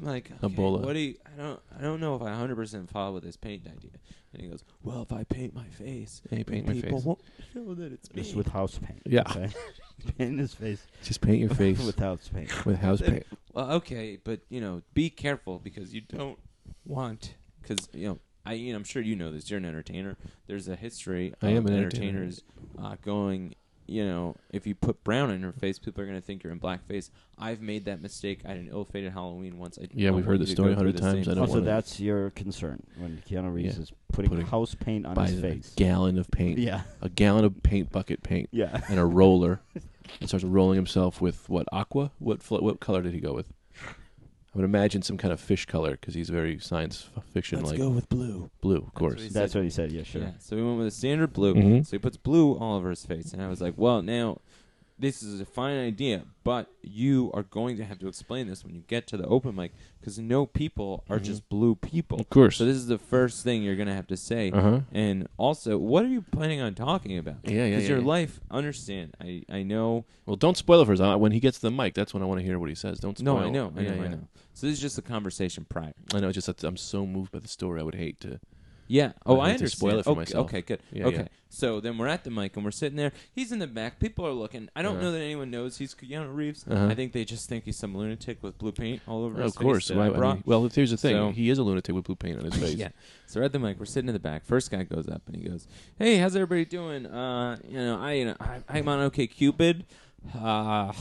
S3: I'm like, okay,
S2: Ebola.
S3: what do you? I don't, I don't know if I 100 percent follow with this paint idea. And he goes, well, if I paint my face,
S2: Hey, paint my
S3: people
S2: face.
S3: won't know that it's me.
S1: Just with house paint.
S2: Yeah.
S1: Okay? <laughs> Paint his face
S2: Just paint
S1: <laughs>
S2: your face
S1: with house paint.
S2: with house paint.
S3: Well, okay, but you know, be careful because you don't want because you know. I, you know, I'm sure you know this. You're an entertainer. There's a history.
S2: I
S3: of
S2: am an entertainer.
S3: entertainers uh, going you know, if you put brown in her face, people are going to think you're in blackface. I've made that mistake. I had an ill-fated Halloween once. I did
S2: Yeah,
S3: not
S2: we've
S3: want
S2: heard the
S3: you to go
S2: story a
S3: through
S2: hundred
S3: the
S2: times.
S3: same
S2: I don't
S1: Oh,
S3: thing.
S1: so
S2: wanna-
S1: that's your concern when Keanu Reeves
S2: Yeah.
S1: is putting,
S2: Putting-
S1: house paint on
S2: buys
S1: his
S2: a
S1: face.
S2: gallon of paint,
S1: Yeah, <laughs>
S2: a gallon of paint bucket paint,
S1: yeah.
S2: and a roller, and starts rolling himself with what aqua? What fl- what color did he go with? I would imagine some kind of fish color because he's very science fiction
S3: Let's
S2: like
S3: go with blue.
S2: blue, of
S3: what
S2: course.
S3: he
S1: That's
S3: said.
S1: what he said. Yeah, sure.
S3: Yeah, so we went with a standard blue.
S2: Mhm.
S3: So he puts blue all over his face, and I was like, "Well, now this is a fine idea, but you are going to have to explain this when you get to the open mic because no people are
S2: Mhm.
S3: just blue people.
S2: Of course.
S3: So this is the first thing you're going to have to say.
S2: Uh huh.
S3: And also, what are you planning on talking about?
S2: Yeah, yeah,
S3: Because
S2: yeah,
S3: your
S2: yeah.
S3: life, understand? I I know.
S2: Well, don't spoil it for us. I- When he gets the mic, that's when I want to hear what he says. Don't spoil.
S3: No, I know. I
S2: Yeah,
S3: know. I
S2: yeah.
S3: know. So this is just a conversation prior.
S2: I know. It's just that I'm so moved by the story. I would hate to.
S3: Yeah. Oh,
S2: I
S3: I,
S2: hate to
S3: understand.
S2: spoil it for
S3: okay,
S2: myself.
S3: okay, good.
S2: Yeah,
S3: okay.
S2: yeah.
S3: So then we're at the mic and we're sitting there. He's in the back. People are looking. I don't
S2: Uh-huh.
S3: know that anyone knows he's Keanu Reeves.
S2: Uh-huh.
S3: I think they just think he's some lunatic with blue paint all over his
S2: of course.
S3: face. that
S2: Why-
S3: I
S2: I mean,
S3: brought. <laughs>
S2: well, if here's the thing.
S3: uh, So-
S2: he is a lunatic with blue paint on
S3: <laughs>
S2: his face.
S3: yeah. So we're at the mic. We're sitting in the back. First guy goes up and he goes, "Hey, how's everybody doing? Uh, you know, I, you know, I I'm on OK Cupid. Uh,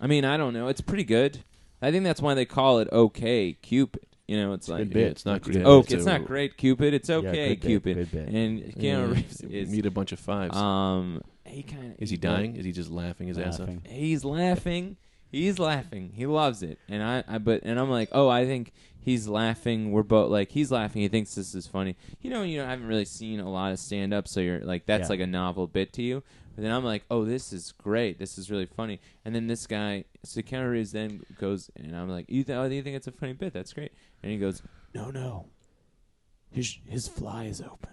S3: I mean, I don't know. It's pretty good. I think that's why they call it OK Cupid. You know, it's like
S2: Good bit. It's not great.
S3: Oh,
S2: a-
S3: it's not great, Cupid. It's okay,
S1: good bit,
S3: Cupid.
S1: good bit.
S3: And Keanu
S2: <laughs> Yeah.
S3: Reeves is
S2: need a bunch of fives.
S3: um, he kind of
S2: is he dying? Is he just laughing his ass off?
S1: Laughing.
S3: He's laughing. He's laughing. He loves it. And I, I, but, and I'm like, oh, I think he's laughing. We're both like, he's laughing. He thinks this is funny. You know, you know, I haven't really seen a lot of stand up, so you're like, that's
S1: Yeah.
S3: like a novel bit to you. But then I'm like, oh, this is great. This is really funny. And then this guy, so Keanu Reeves then goes, and I'm like, you, th- oh, you think it's a funny bit? That's great. And he goes, no, no, his his fly is open.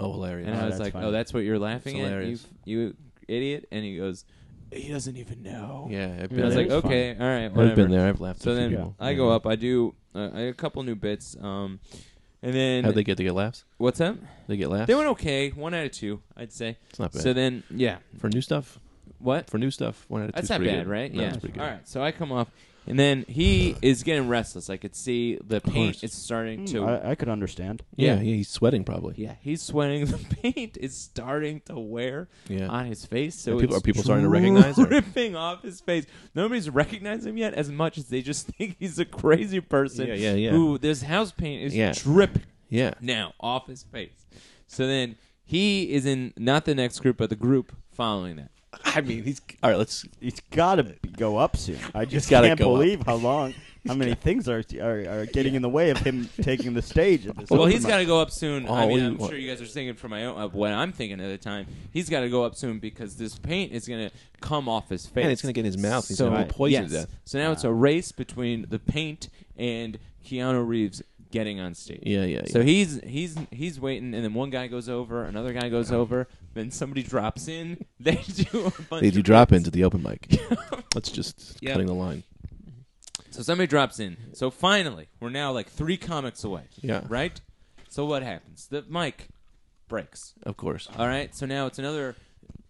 S2: Oh, hilarious!
S3: And
S1: Oh,
S3: I was
S1: that's
S3: like,
S1: funny.
S3: "Oh, that's what you're laughing
S2: It's
S3: at, you,
S2: hilarious.
S3: you idiot!" And he goes, "He doesn't even know."
S2: yeah, I've
S3: And I was
S1: that
S3: like,
S1: was
S3: "Okay, all right,
S2: I've
S3: whatever."
S2: been there. I've laughed.
S3: So
S2: at a
S3: then
S2: few people.
S3: I go up. I do uh, I, a couple new bits, um, and then
S2: How'd they get? They get laughs.
S3: what's up?
S2: They get laughs.
S3: They went okay, one out of two, I'd say.
S2: It's not bad
S3: So then, yeah,
S2: for new stuff.
S3: what?
S2: For new stuff, one out of
S3: That's
S2: two's
S3: not
S2: pretty
S3: bad,
S2: good.
S3: right?
S2: No,
S3: yeah.
S2: it's pretty good.
S3: All right, so I come off, and then
S2: <sighs>
S3: he is getting restless. I could see the paint
S2: course. Hmm,
S3: is starting
S1: Mm,
S3: to.
S1: I, I could understand.
S2: Yeah,
S3: Yeah.
S2: yeah, he's sweating probably.
S3: yeah, he's sweating. <laughs> The paint is starting to wear.
S2: Yeah.
S3: on his face. So
S2: And people- are
S3: it's
S2: people starting to recognize her?
S3: dripping off his face. Nobody's recognized him yet as much as they just <laughs> think he's a crazy person.
S2: Yeah, yeah, yeah.
S3: Who this house paint is
S2: Yeah.
S3: dripping
S2: yeah.
S3: now off his face. So then he is in not the next group, but the group following that.
S2: I mean, he's all right. Let's.
S1: It's got to go up
S3: <laughs>
S1: soon. I just
S2: gotta
S1: can't
S2: go up.
S1: believe how long, how many things are are, are getting in the way of
S3: <laughs>
S1: him taking the stage. At this
S3: Well,
S1: open
S3: he's
S1: mic.
S3: got to go up soon.
S2: Oh,
S3: I mean,
S2: you-
S3: I'm
S2: what-
S3: sure you guys are thinking for my own of what I'm thinking at the time. He's got to go up soon because this paint is going to come off his face.
S2: it's gonna get in his mouth. He's
S3: so,
S2: gonna be poisoned
S3: yes.
S2: to death.
S3: So now it's a race between the paint and Keanu Reeves getting on stage.
S2: Yeah, yeah.
S3: So
S2: yeah.
S3: he's he's he's waiting, and then one guy goes over, another guy goes over, then somebody drops in. <laughs> They do a bunch.
S2: they do
S3: of
S2: drop
S3: bits.
S2: into the open mic. Let's just
S3: Yeah.
S2: cutting the line.
S3: So somebody drops in. So finally, we're now like three comics away.
S2: Yeah.
S3: Right. So what happens? The mic breaks.
S2: Of course.
S3: All right, so now it's another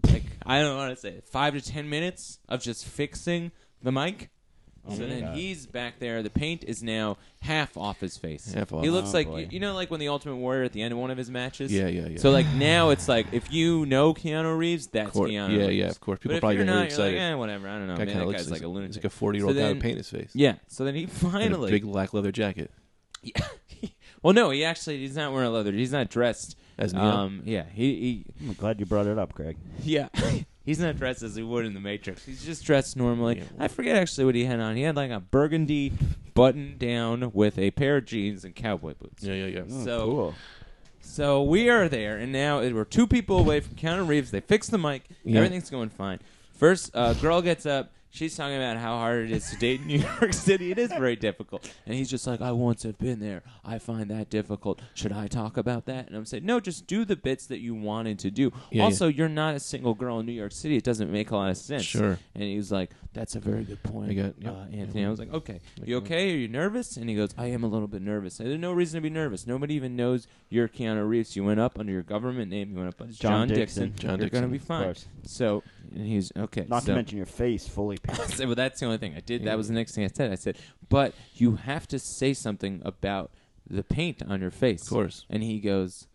S3: like I don't want to say five to ten minutes of just fixing the mic. so
S1: Oh my
S3: then
S1: God.
S3: he's back there. The paint is now half off his face.
S2: Half off.
S3: He looks
S1: Oh,
S3: like
S1: boy.
S3: you know, like when the Ultimate Warrior at the end of one of his matches.
S2: Yeah, yeah, yeah.
S3: So like now it's like if you know Keanu Reeves, that's
S2: Cour-
S3: Keanu.
S2: yeah,
S3: Reeves.
S2: yeah, of course. People
S3: but
S2: probably
S3: if you're
S2: get really
S3: not, you're like,
S2: excited.
S3: eh, whatever. I don't know.
S2: guy
S3: Man,
S2: kinda
S3: that
S2: looks
S3: guy's like a lunatic.
S2: He's like a forty-year-old
S3: So
S2: guy
S3: then-
S2: with paint in his face.
S3: yeah. So then he <laughs>
S2: And a
S3: finally
S2: big black leather jacket.
S3: yeah. well, no, he actually he's not wearing a leather. He's not dressed
S2: As Neo?
S3: um, yeah. He, he
S1: I'm glad you brought it up, Greg.
S3: Yeah. He's not dressed as he would in the Matrix. He's just dressed normally.
S2: Yeah.
S3: I forget actually what he had on. He had like a burgundy button down with a pair of jeans and cowboy boots.
S2: Yeah, yeah, yeah.
S1: Oh,
S3: So-
S1: cool.
S3: So we are there, and now it- we're two people away from Keanu Reeves. They fix the mic.
S2: Yeah.
S3: Everything's going fine. First, uh, girl gets up. She's talking about how hard it is to date in <laughs> New York City. It is very difficult. And he's just like, I once have been there. I find that difficult. Should I talk about that? And I'm saying, no, just do the bits that you wanted to do.
S2: Yeah,
S3: also, you're not a single girl in New York City. It doesn't make a lot of sense.
S2: Sure.
S3: And he was like, that's a very good point,
S2: I got- yep. Mm-hmm.
S3: uh, Anthony. I was like, okay, you okay? Are you nervous? And he goes, I am a little bit nervous. And there's no reason to be nervous. Nobody even knows you're Keanu Reeves. You went up under your government name. You went up as John,
S1: John
S3: Dixon.
S1: Dixon.
S2: John
S3: you're
S2: Dixon,
S3: gonna be
S2: of
S3: fine.
S1: course.
S3: So, and he's okay.
S1: Not
S3: so-
S1: to mention your face fully painted.
S3: <laughs> so, well, that's the only thing I did. That was the next thing I said. I said, but you have to say something about the paint on your face. Of
S2: course.
S3: And he goes,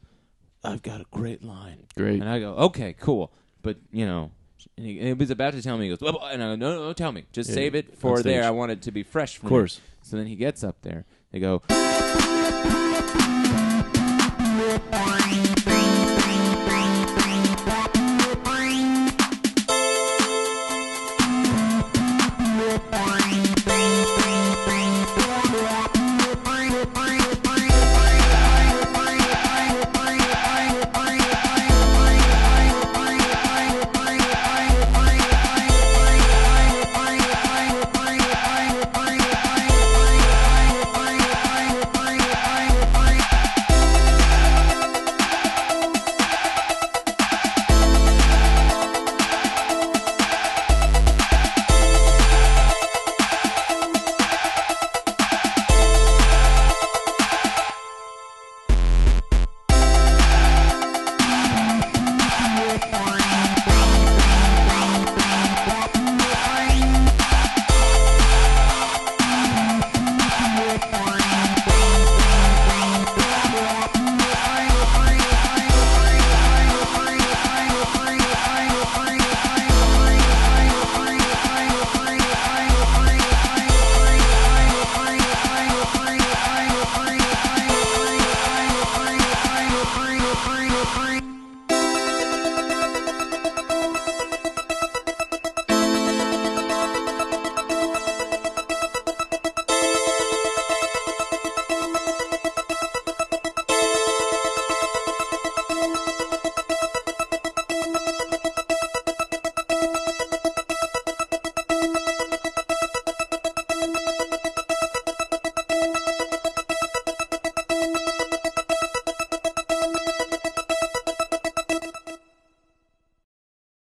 S3: I've got a great line.
S2: Great.
S3: And I go, okay, cool. But, you know, message, and he, and he was about to tell me. He goes, "Well," and I go, "No, no, no tell me. Just
S2: Yeah,
S3: save it
S2: on
S3: for
S2: stage.
S3: there. I want it to be fresh." Of
S2: course.
S3: So then he gets up there. They go,